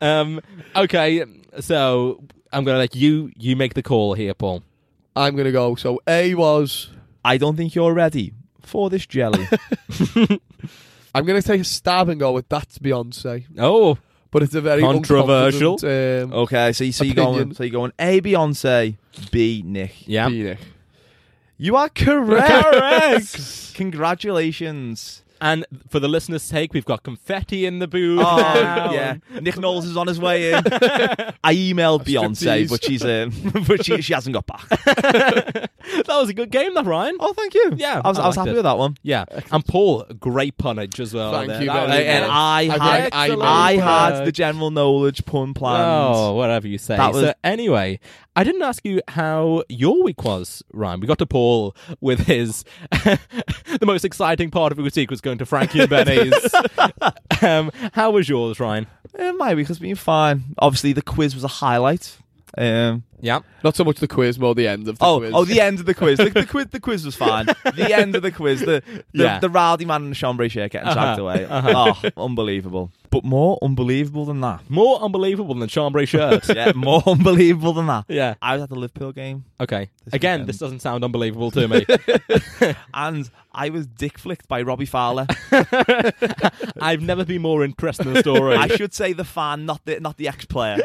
Speaker 2: um, okay, so I'm gonna let you you make the call here, Paul.
Speaker 3: I'm gonna go. So A was.
Speaker 4: I don't think you're ready for
Speaker 3: <laughs>
Speaker 4: this jelly.
Speaker 3: I'm gonna take a stab and go with that's Beyonce,
Speaker 2: Oh,
Speaker 3: but it's a very
Speaker 2: Controversial.
Speaker 3: unconfident, Um,
Speaker 4: okay, so you so you
Speaker 3: Opinion.
Speaker 4: going so you're going A Beyonce, B Nick.
Speaker 2: yeah.
Speaker 3: B, Nick.
Speaker 4: You are correct. correct. <laughs> Congratulations.
Speaker 2: And for the listeners' sake, we've got confetti in the booth. <laughs>
Speaker 4: Oh,
Speaker 2: now.
Speaker 4: yeah. Nick Knowles is on his way <laughs> in. I emailed Beyonce,
Speaker 3: Striptease.
Speaker 4: but she's um, <laughs> but she, she hasn't got back.
Speaker 2: that was a good game, that Ryan.
Speaker 4: Oh, thank you.
Speaker 2: Yeah,
Speaker 4: I was, I
Speaker 2: I
Speaker 4: was
Speaker 2: liked
Speaker 4: happy
Speaker 2: it.
Speaker 4: with that one.
Speaker 3: <laughs>
Speaker 2: Yeah, and Paul, great punnage as well.
Speaker 3: Thank
Speaker 2: there.
Speaker 3: you
Speaker 2: That was
Speaker 3: very much.
Speaker 4: and
Speaker 2: nice.
Speaker 4: I had,
Speaker 3: think
Speaker 4: I,
Speaker 3: I made it
Speaker 4: had
Speaker 2: work.
Speaker 4: the general knowledge pun plans.
Speaker 2: Oh, whatever you say.
Speaker 4: That was-
Speaker 2: So anyway, I didn't ask you how your week was, Ryan. We got to Paul with his <laughs> the most exciting part of his week was going to Frankie and Benny's. <laughs> um, how was yours, Ryan?
Speaker 4: Uh, my week has been fine. Obviously, the quiz was a highlight. Um,
Speaker 2: Yeah.
Speaker 3: Not so much the quiz, more the end of the
Speaker 4: oh,
Speaker 3: quiz.
Speaker 4: oh, the end of the quiz. The, the quiz, the quiz was fine. The end of the quiz. The the,
Speaker 2: Yeah.
Speaker 4: the rowdy man and the chambray share getting
Speaker 3: Uh-huh.
Speaker 4: sacked away. Oh, unbelievable. But more unbelievable than that.
Speaker 2: More unbelievable than chambray <laughs> shirts.
Speaker 4: Yeah, more unbelievable than that.
Speaker 2: yeah.
Speaker 4: I was at the Liverpool game
Speaker 2: Okay. Again,
Speaker 4: weekend.
Speaker 2: this doesn't sound unbelievable to <laughs> me.
Speaker 4: and I was dick flicked by Robbie Fowler.
Speaker 2: I've never been more impressed in the <laughs> story.
Speaker 4: I should say the fan, not the not the
Speaker 3: <laughs>
Speaker 4: ex player.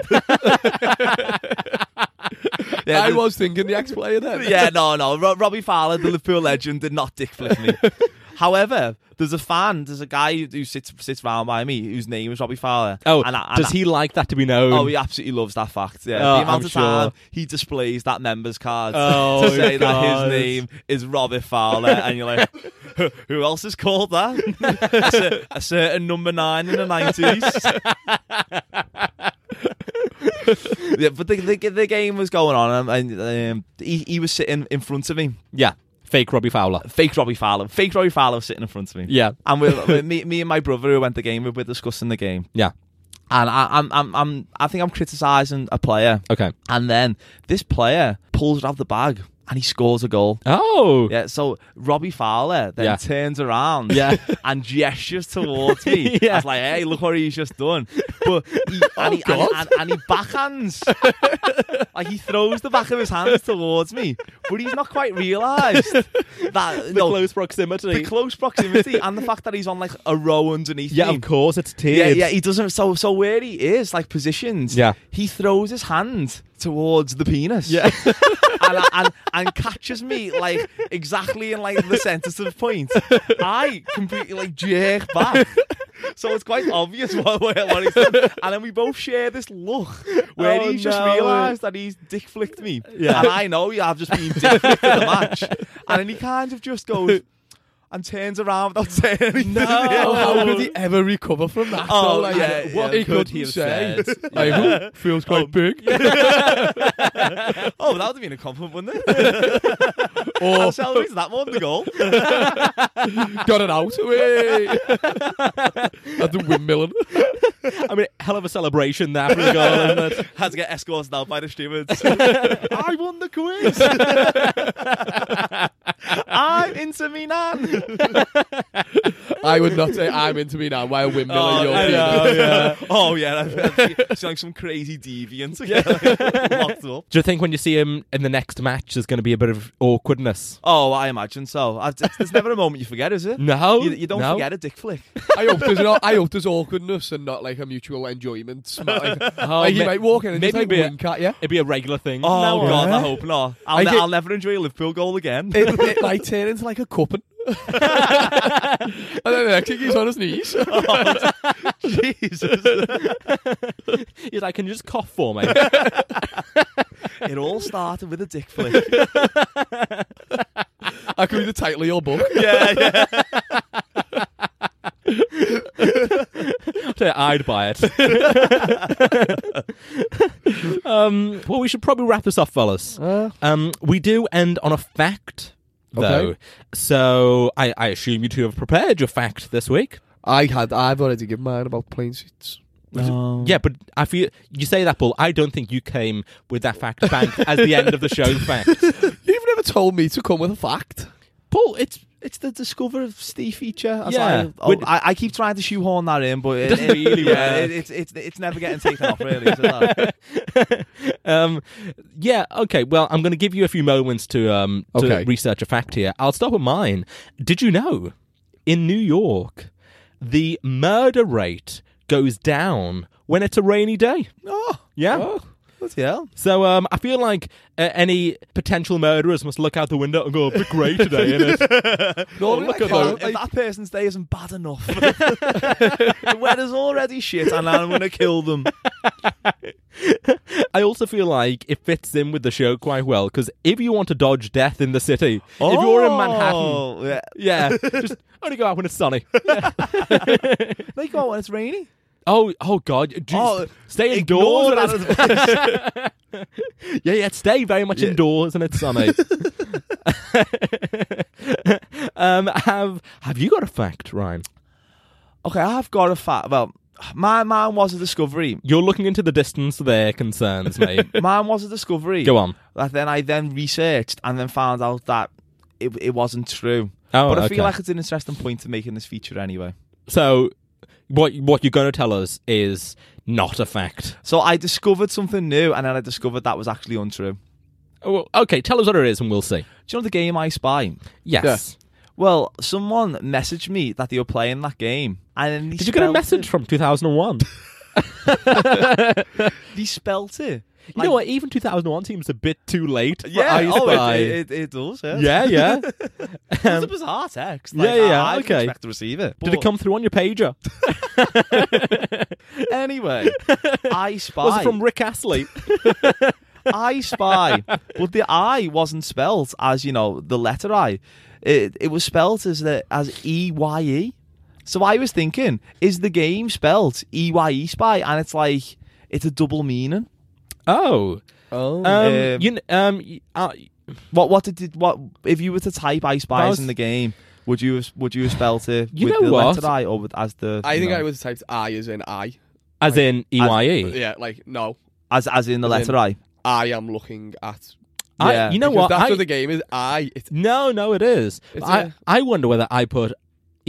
Speaker 4: yeah,
Speaker 3: I
Speaker 4: the-
Speaker 3: was thinking the ex-player then.
Speaker 4: yeah, no, no. Ro- Robbie Fowler,
Speaker 2: <laughs>
Speaker 4: the Liverpool legend, did not dick flick me. However, there's a fan, there's a guy who- who sits sits round by me whose name is Robbie Fowler.
Speaker 2: oh,
Speaker 4: And I- and
Speaker 2: does
Speaker 4: I-
Speaker 2: he like that to be known?
Speaker 4: Oh, he absolutely loves that fact. Yeah,
Speaker 2: Oh,
Speaker 4: the amount
Speaker 2: I'm
Speaker 4: of time
Speaker 2: sure.
Speaker 4: he displays that members card
Speaker 2: Oh,
Speaker 4: to say that
Speaker 2: God.
Speaker 4: his name is Robbie Fowler, and you're like, "Who- who else is called that? a, cer- a certain number nine in the nineties. <laughs> yeah, but the, the the game was going on, and, and um, he he was sitting in front of me,
Speaker 2: Yeah. Fake Robbie Fowler.
Speaker 4: fake Robbie Fowler, fake Robbie Fowler was sitting in front of me.
Speaker 2: Yeah.
Speaker 4: And we, we- me, me and my brother who went the game, we were discussing the game,
Speaker 2: Yeah.
Speaker 4: and I, I'm, I'm, I'm, I think I'm criticising a player,
Speaker 2: Okay.
Speaker 4: and then this player pulls it out of the bag and he scores a goal.
Speaker 2: Oh.
Speaker 4: Yeah, so Robbie Fowler then
Speaker 2: Yeah.
Speaker 4: turns around
Speaker 2: Yeah.
Speaker 4: <laughs> and gestures
Speaker 2: <laughs>
Speaker 4: towards me.
Speaker 2: Yeah. Oh,
Speaker 4: I was like, hey, look what he's just done. But he,
Speaker 2: <laughs>
Speaker 4: and, he, and,
Speaker 2: God.
Speaker 4: he- and, and he backhands.
Speaker 2: <laughs>
Speaker 4: like he throws the back of his hands towards me, but he's not quite
Speaker 2: <laughs>
Speaker 4: realised that
Speaker 2: The
Speaker 4: no,
Speaker 2: close proximity.
Speaker 4: the close proximity and the fact that he's on like a row underneath
Speaker 2: yeah,
Speaker 4: me.
Speaker 2: of course, it's
Speaker 4: Yeah,
Speaker 2: tears.
Speaker 4: yeah, he doesn't. So, so where he is, like positions,
Speaker 2: Yeah.
Speaker 4: he throws his hand towards the penis,
Speaker 2: Yeah.
Speaker 4: and, I- <laughs> and and catches me like exactly in like the sensitive point. I completely like jerk back, so it's quite obvious what, what, what he's done. And then we both share this look where
Speaker 2: Oh,
Speaker 4: he's just
Speaker 2: no.
Speaker 4: realised that he's dick flicked me, and I know yeah, I've just been dick flicked in the match, and then he kind of just goes. And turns around without saying anything.
Speaker 3: Oh, <laughs> how could he ever recover from that?
Speaker 4: Oh,
Speaker 3: though? like,
Speaker 4: yeah,
Speaker 3: what
Speaker 4: yeah.
Speaker 3: he
Speaker 2: Could
Speaker 3: could
Speaker 2: he
Speaker 3: he
Speaker 2: have
Speaker 3: say?
Speaker 2: said?
Speaker 3: <laughs> Like, "Ooh, feels quite big.
Speaker 4: <laughs> Oh, that would have been a compliment, wouldn't it?
Speaker 3: Or
Speaker 4: I'll celebrate that one, <laughs> the goal.
Speaker 3: got it out. Hey. At the windmill.
Speaker 2: I mean, hell of a celebration there for the <laughs> goal, isn't it?
Speaker 4: Had to get escorted out by the stewards. <laughs> I won the <laughs> quiz. I'm into Milan.
Speaker 3: I would not say I'm into me now. Why a windmill
Speaker 2: Oh,
Speaker 3: in your
Speaker 4: I
Speaker 3: penis?
Speaker 4: know, <laughs> yeah. oh yeah, that- that- it's like some crazy deviant again, like, <laughs> locked up.
Speaker 2: Do you think when you see him in the next match, there's going to be a bit of awkwardness?
Speaker 4: Oh, I imagine so. I, it's- there's never a moment you forget, is it?
Speaker 2: No,
Speaker 4: You, you don't
Speaker 2: no.
Speaker 4: forget a dick <laughs> flick.
Speaker 3: <laughs> I hope there's not, I hope there's awkwardness and not like a mutual enjoyment. Sm-
Speaker 2: <laughs>
Speaker 3: Like,
Speaker 2: Oh,
Speaker 3: like, he
Speaker 2: ma-
Speaker 3: might walk in and just
Speaker 2: maybe
Speaker 3: like
Speaker 2: be a-
Speaker 3: wink at you.
Speaker 2: It'd be a regular thing.
Speaker 4: Oh
Speaker 2: No,
Speaker 4: god,
Speaker 2: uh,
Speaker 4: I hope not. I'll,
Speaker 3: I
Speaker 4: ne-
Speaker 3: get-
Speaker 4: I'll never enjoy a Liverpool goal again.
Speaker 3: It, it might turn into like a cupping. <laughs> and then the next thing he's on his knees.
Speaker 4: <laughs> Jesus.
Speaker 2: He's like, can you just cough for <laughs> me?
Speaker 4: It all started with a dick flick.
Speaker 3: I could be the title of your book.
Speaker 4: <laughs> yeah, yeah.
Speaker 2: I'd buy it. <laughs> um, well, we should probably wrap this up, fellas. Um, we do end on a fact, though.
Speaker 3: Okay.
Speaker 2: So I, I assume you two have prepared your fact this week.
Speaker 3: I had. I've already given mine about plane seats.
Speaker 2: Yeah, but I feel you say that, Paul. I don't think you came with that fact bank as the end of the show fact.
Speaker 3: You've never told me to come with a fact.
Speaker 2: Paul, it's
Speaker 4: It's the discover of Steve feature. That's
Speaker 2: Yeah.
Speaker 4: yeah, I, oh,
Speaker 2: We'd-
Speaker 4: I, I keep trying to shoehorn that in, but it,
Speaker 2: doesn't
Speaker 4: it-
Speaker 2: really
Speaker 4: yeah,
Speaker 2: work.
Speaker 4: it- it's it's it's never getting taken off really. is it,
Speaker 2: <laughs>
Speaker 4: that?
Speaker 2: um, yeah, okay. Well, I'm going to give you a few moments to um to
Speaker 3: Okay.
Speaker 2: research a fact here. I'll start with mine. Did you know in New York the murder rate goes down when it's a rainy day?
Speaker 4: oh,
Speaker 2: Yeah.
Speaker 4: what the hell?
Speaker 2: So um, I feel like uh, any potential murderers must look out the window and go, "It'd be grey today, isn't it?"
Speaker 3: No,
Speaker 4: If that- If that person's day isn't
Speaker 2: <laughs>
Speaker 4: bad enough, the weather's already shit, and I'm gonna kill them.
Speaker 2: I also feel like it fits in with the show quite well because if you want to dodge death in the city, if you're in Manhattan,
Speaker 4: Oh, yeah.
Speaker 2: <laughs> yeah, just only go out when it's sunny.
Speaker 4: they go out when it's rainy.
Speaker 2: Oh, oh God! Do you
Speaker 4: Oh,
Speaker 2: stay
Speaker 4: ignore
Speaker 2: indoors.
Speaker 4: that
Speaker 2: and
Speaker 4: <laughs>
Speaker 2: it's- yeah, yeah. Stay very much indoors, and it's <laughs> sunny. um, have Have you got a fact, Ryan?
Speaker 4: Okay, I've got a fact. Well, my mine was a discovery.
Speaker 2: You're looking into the distance there concerns <laughs> me.
Speaker 4: Mine was a discovery.
Speaker 2: Go on.
Speaker 4: That then I then researched and then found out that it, it wasn't true.
Speaker 2: Oh,
Speaker 4: but I
Speaker 2: okay.
Speaker 4: feel like it's an interesting point to make in this feature anyway.
Speaker 2: so what what you're going to tell us is not a fact.
Speaker 4: So I discovered something new and then I discovered that was actually untrue.
Speaker 2: Oh, well, okay, tell us what it is and we'll see.
Speaker 4: Do you know the game I Spy?
Speaker 2: Yes.
Speaker 4: Well, someone messaged me that they were playing that game. And they
Speaker 2: Did you get a
Speaker 4: spelt
Speaker 2: message
Speaker 4: It,
Speaker 2: from 2001?
Speaker 4: they spelt it.
Speaker 2: <laughs> you know what? Even 2001 seems a bit too late. for
Speaker 4: Yeah,
Speaker 2: I
Speaker 4: oh,
Speaker 2: Spy.
Speaker 4: It, it, it does, yeah.
Speaker 2: yeah, <laughs> yeah.
Speaker 4: It's a bizarre text. Like,
Speaker 2: Yeah, yeah, yeah,
Speaker 4: I, I didn't
Speaker 2: okay.
Speaker 4: expect to receive it.
Speaker 2: Did it
Speaker 4: But
Speaker 2: come through on your pager?
Speaker 4: anyway?
Speaker 2: <laughs>
Speaker 4: I Spy.
Speaker 2: Was it from Rick Astley?
Speaker 4: I spy. but the I wasn't spelt as, you know, the letter I. It, it was spelt as the as E Y E. So I was thinking, is the game spelt E Y E spy? And it's like it's a double meaning.
Speaker 2: <laughs> oh.
Speaker 3: Oh.
Speaker 2: Um,
Speaker 4: Um,
Speaker 2: you, kn- um, y- uh,
Speaker 4: What what did it- what if you were to type I spies
Speaker 2: was-
Speaker 4: in the game, would you have would you have spelt it
Speaker 2: You
Speaker 4: with
Speaker 2: know
Speaker 4: the
Speaker 2: what?
Speaker 4: letter I or with as the
Speaker 3: I
Speaker 4: you
Speaker 3: think
Speaker 4: know,
Speaker 3: I would have typed I as in I.
Speaker 2: as in E EYE.
Speaker 3: Yeah, like, no.
Speaker 4: as as in the
Speaker 3: as in-
Speaker 4: letter I.
Speaker 3: I am looking at.
Speaker 2: I,
Speaker 4: yeah,
Speaker 2: you know
Speaker 3: Because
Speaker 2: what?
Speaker 3: That's
Speaker 2: I,
Speaker 3: what the game is. I. It's
Speaker 2: No, no, it is.
Speaker 3: It's
Speaker 2: I
Speaker 3: a-
Speaker 2: I wonder whether I put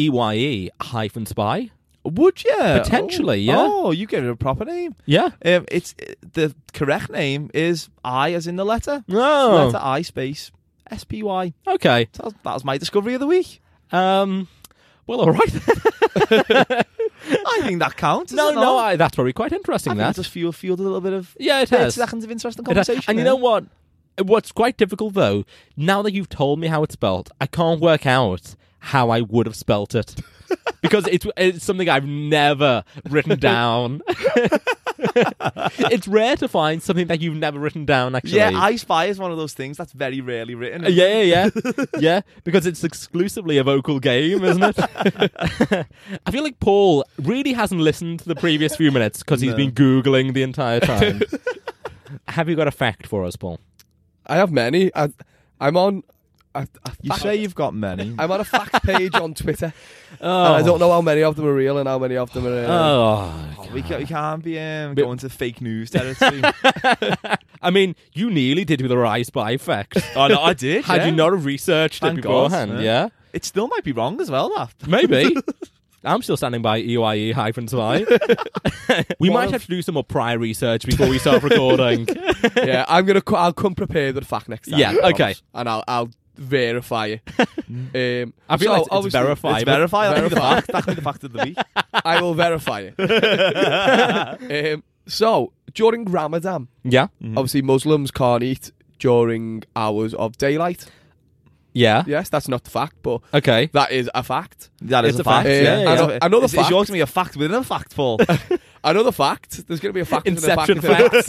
Speaker 2: EYE hyphen spy.
Speaker 4: Would you?
Speaker 2: Potentially, yeah.
Speaker 4: Oh, you gave it a proper name.
Speaker 2: Yeah.
Speaker 4: Um, it's the correct name is I as in the letter.
Speaker 2: No.
Speaker 4: letter I space S P Y.
Speaker 2: Okay.
Speaker 4: That was, that was my discovery of the week.
Speaker 2: Um. Well, all right. <laughs>
Speaker 4: I think that counts.
Speaker 2: no,
Speaker 4: does it
Speaker 2: no,
Speaker 4: not?
Speaker 2: I, that's probably quite
Speaker 4: I
Speaker 2: interesting.
Speaker 4: think
Speaker 2: That.
Speaker 4: just fuel fueled a little bit of
Speaker 2: yeah, it
Speaker 4: thirty
Speaker 2: has.
Speaker 4: seconds of interesting
Speaker 2: It has.
Speaker 4: conversation. eh?
Speaker 2: And you
Speaker 4: there.
Speaker 2: know what? What's quite difficult though, now that you've told me how it's spelt, I can't work out how I would have spelt
Speaker 4: <laughs>
Speaker 2: it. Because it's, it's something I've never
Speaker 4: <laughs>
Speaker 2: written down. it's rare to find something that you've never written down, actually.
Speaker 4: Yeah, I Spy is one of those things that's very rarely written.
Speaker 2: Uh, Yeah, yeah, yeah. yeah, because it's exclusively a vocal game, isn't
Speaker 4: <laughs>
Speaker 2: it? I feel like Paul really hasn't listened to the previous few minutes because he's
Speaker 4: No.
Speaker 2: been Googling the entire
Speaker 4: <laughs>
Speaker 2: time. Have you got a fact for us, Paul?
Speaker 3: I have many. I, I'm on. I, I,
Speaker 4: You say you've got <laughs> many.
Speaker 3: I'm on
Speaker 2: <laughs>
Speaker 3: a fact page on Twitter,
Speaker 2: Oh,
Speaker 3: and I don't know how many of them are real and how many of them are. Uh,
Speaker 2: Oh,
Speaker 4: Oh, we, can't, we can't be um, going to
Speaker 2: <laughs>
Speaker 4: fake news territory.
Speaker 2: I mean, you nearly did with a I Spy fact.
Speaker 4: oh no, I did.
Speaker 2: Had
Speaker 4: yeah.
Speaker 2: you not have researched
Speaker 4: Thank
Speaker 2: it
Speaker 4: God,
Speaker 2: beforehand, yeah?
Speaker 4: yeah. It still might be wrong as well. That
Speaker 2: Maybe. I'm still standing by EYE hyphen spy. we might have to do some more prior research before we start recording.
Speaker 3: yeah, I'm gonna. co- I'll come prepared with a fact next time.
Speaker 2: Yeah,
Speaker 3: I promise,
Speaker 2: okay.
Speaker 3: And I'll I'll
Speaker 2: <laughs>
Speaker 3: verify it. um,
Speaker 2: I feel
Speaker 3: so
Speaker 2: like it's, it's
Speaker 3: obviously-
Speaker 2: verified.
Speaker 4: it's
Speaker 2: but-
Speaker 4: verified. That can be the
Speaker 3: Verify.
Speaker 4: fact. That can be the fact of
Speaker 2: <laughs>
Speaker 4: the week.
Speaker 3: I will verify
Speaker 2: <laughs>
Speaker 3: it. <laughs> um, so during Ramadan,
Speaker 2: Yeah.
Speaker 3: obviously Muslims can't eat during hours of daylight.
Speaker 2: Yeah.
Speaker 3: Yes, that's not the fact, but
Speaker 2: Okay.
Speaker 3: that is a fact.
Speaker 4: That is
Speaker 2: It's
Speaker 4: a
Speaker 2: a fact,
Speaker 4: fact.
Speaker 3: yeah, yeah, yeah. Ano- another
Speaker 4: It's, it's
Speaker 3: fact.
Speaker 4: yours to be a fact within a
Speaker 2: <laughs>
Speaker 4: fact, Paul.
Speaker 3: Another fact. There's going to be a fact. within a fact
Speaker 2: Inception
Speaker 3: within a fact.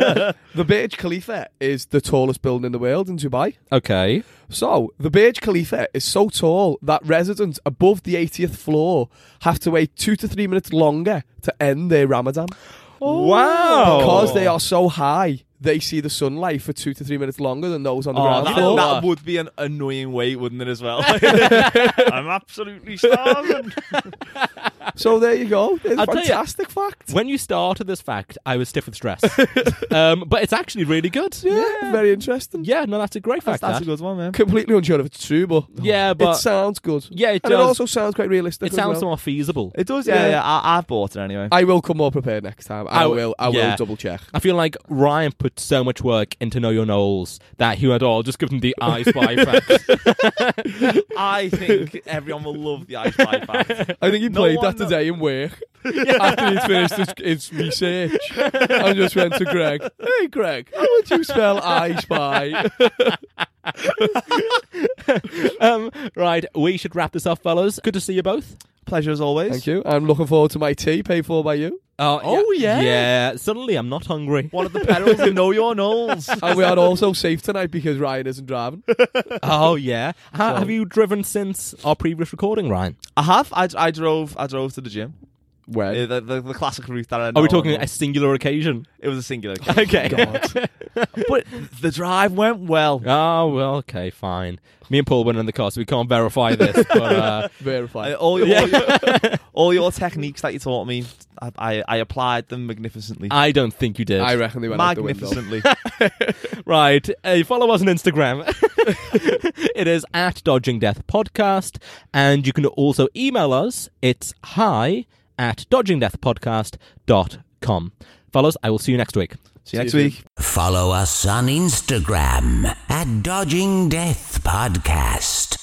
Speaker 2: facts.
Speaker 3: <laughs> The Burj Khalifa is the tallest building in the world in Dubai.
Speaker 2: okay.
Speaker 3: So, the Burj Khalifa is so tall that residents above the 80th floor have to wait two to three minutes longer to end their Ramadan.
Speaker 2: Wow.
Speaker 3: Because they are so high, they see the sunlight for two to three minutes longer than those on the
Speaker 2: Oh,
Speaker 3: ground
Speaker 4: That,
Speaker 3: floor.
Speaker 4: that would be an annoying wait, wouldn't it, as well? <laughs> I'm absolutely starving.
Speaker 3: So, there you go. It's
Speaker 2: I'll
Speaker 3: a
Speaker 2: tell you-
Speaker 3: fantastic fact.
Speaker 2: When you started this fact, I was stiff with stress. um, but it's actually really good.
Speaker 3: Yeah, very interesting.
Speaker 2: Yeah, no, that's a great fact.
Speaker 4: That's a
Speaker 2: that.
Speaker 4: good one, man.
Speaker 3: Completely unsure if it's true, but
Speaker 2: yeah,
Speaker 3: it
Speaker 2: but
Speaker 3: sounds good.
Speaker 2: yeah, it
Speaker 3: uh, and it
Speaker 2: does.
Speaker 3: also sounds quite realistic.
Speaker 2: it
Speaker 3: as
Speaker 2: sounds
Speaker 3: well.
Speaker 2: more feasible.
Speaker 4: It does, yeah.
Speaker 3: Yeah.
Speaker 4: yeah. I, I bought it anyway.
Speaker 3: I will come more prepared next time.
Speaker 2: I
Speaker 3: I
Speaker 2: w-
Speaker 3: will. I will
Speaker 2: yeah.
Speaker 3: double check.
Speaker 2: I feel like Ryan put so much work into Know Your Knowles that he went, "Oh, I'll just give them the I Spy fact."
Speaker 4: <laughs> I think everyone will love the ice pie fact.
Speaker 3: I think he
Speaker 4: No
Speaker 3: played
Speaker 4: one
Speaker 3: that
Speaker 4: kno-
Speaker 3: today in <laughs> work. After he'd finished his, his research, I just went to Greg. Hey, Greg, how would you spell I spy?
Speaker 2: um, right, we should wrap this up, fellas. Good to see you both.
Speaker 4: <laughs> Pleasure as always.
Speaker 3: Thank you. I'm looking forward to my tea paid for by you.
Speaker 2: Uh,
Speaker 4: Oh, yeah.
Speaker 2: Yeah. Suddenly, I'm not hungry.
Speaker 4: One of the perils of Know Your <laughs> Knowles.
Speaker 3: And we are also safe tonight because Ryan isn't driving.
Speaker 2: oh yeah. Ha- have you driven since our previous recording, Ryan?
Speaker 4: I have. I, I drove. I drove to the gym.
Speaker 3: Where?
Speaker 4: Uh, The, the, the classic route that I know
Speaker 2: Are we talking
Speaker 4: and
Speaker 2: a
Speaker 4: love.
Speaker 2: singular occasion?
Speaker 4: It was a <laughs> singular. occasion.
Speaker 2: <laughs> Okay.
Speaker 3: <laughs>
Speaker 4: but the drive went well.
Speaker 2: oh well. Okay. Fine. Me and Paul went in the car, so we can't verify this. But uh,
Speaker 3: Verify.
Speaker 4: Uh, all, your, all, your, <laughs> all your techniques that you taught me, I, I, I applied them magnificently.
Speaker 2: I don't think you did.
Speaker 3: I reckon they went out the window.
Speaker 4: <laughs> magnificently.
Speaker 2: Right. Uh, follow us on Instagram. it is at Dodging Death Podcast. And you can also email us. It's hi at dodgingdeathpodcast.com. Fellas, I will see you next week.
Speaker 4: See you next
Speaker 3: See you
Speaker 4: week.
Speaker 1: Follow us on Instagram at Dodging Death Podcast.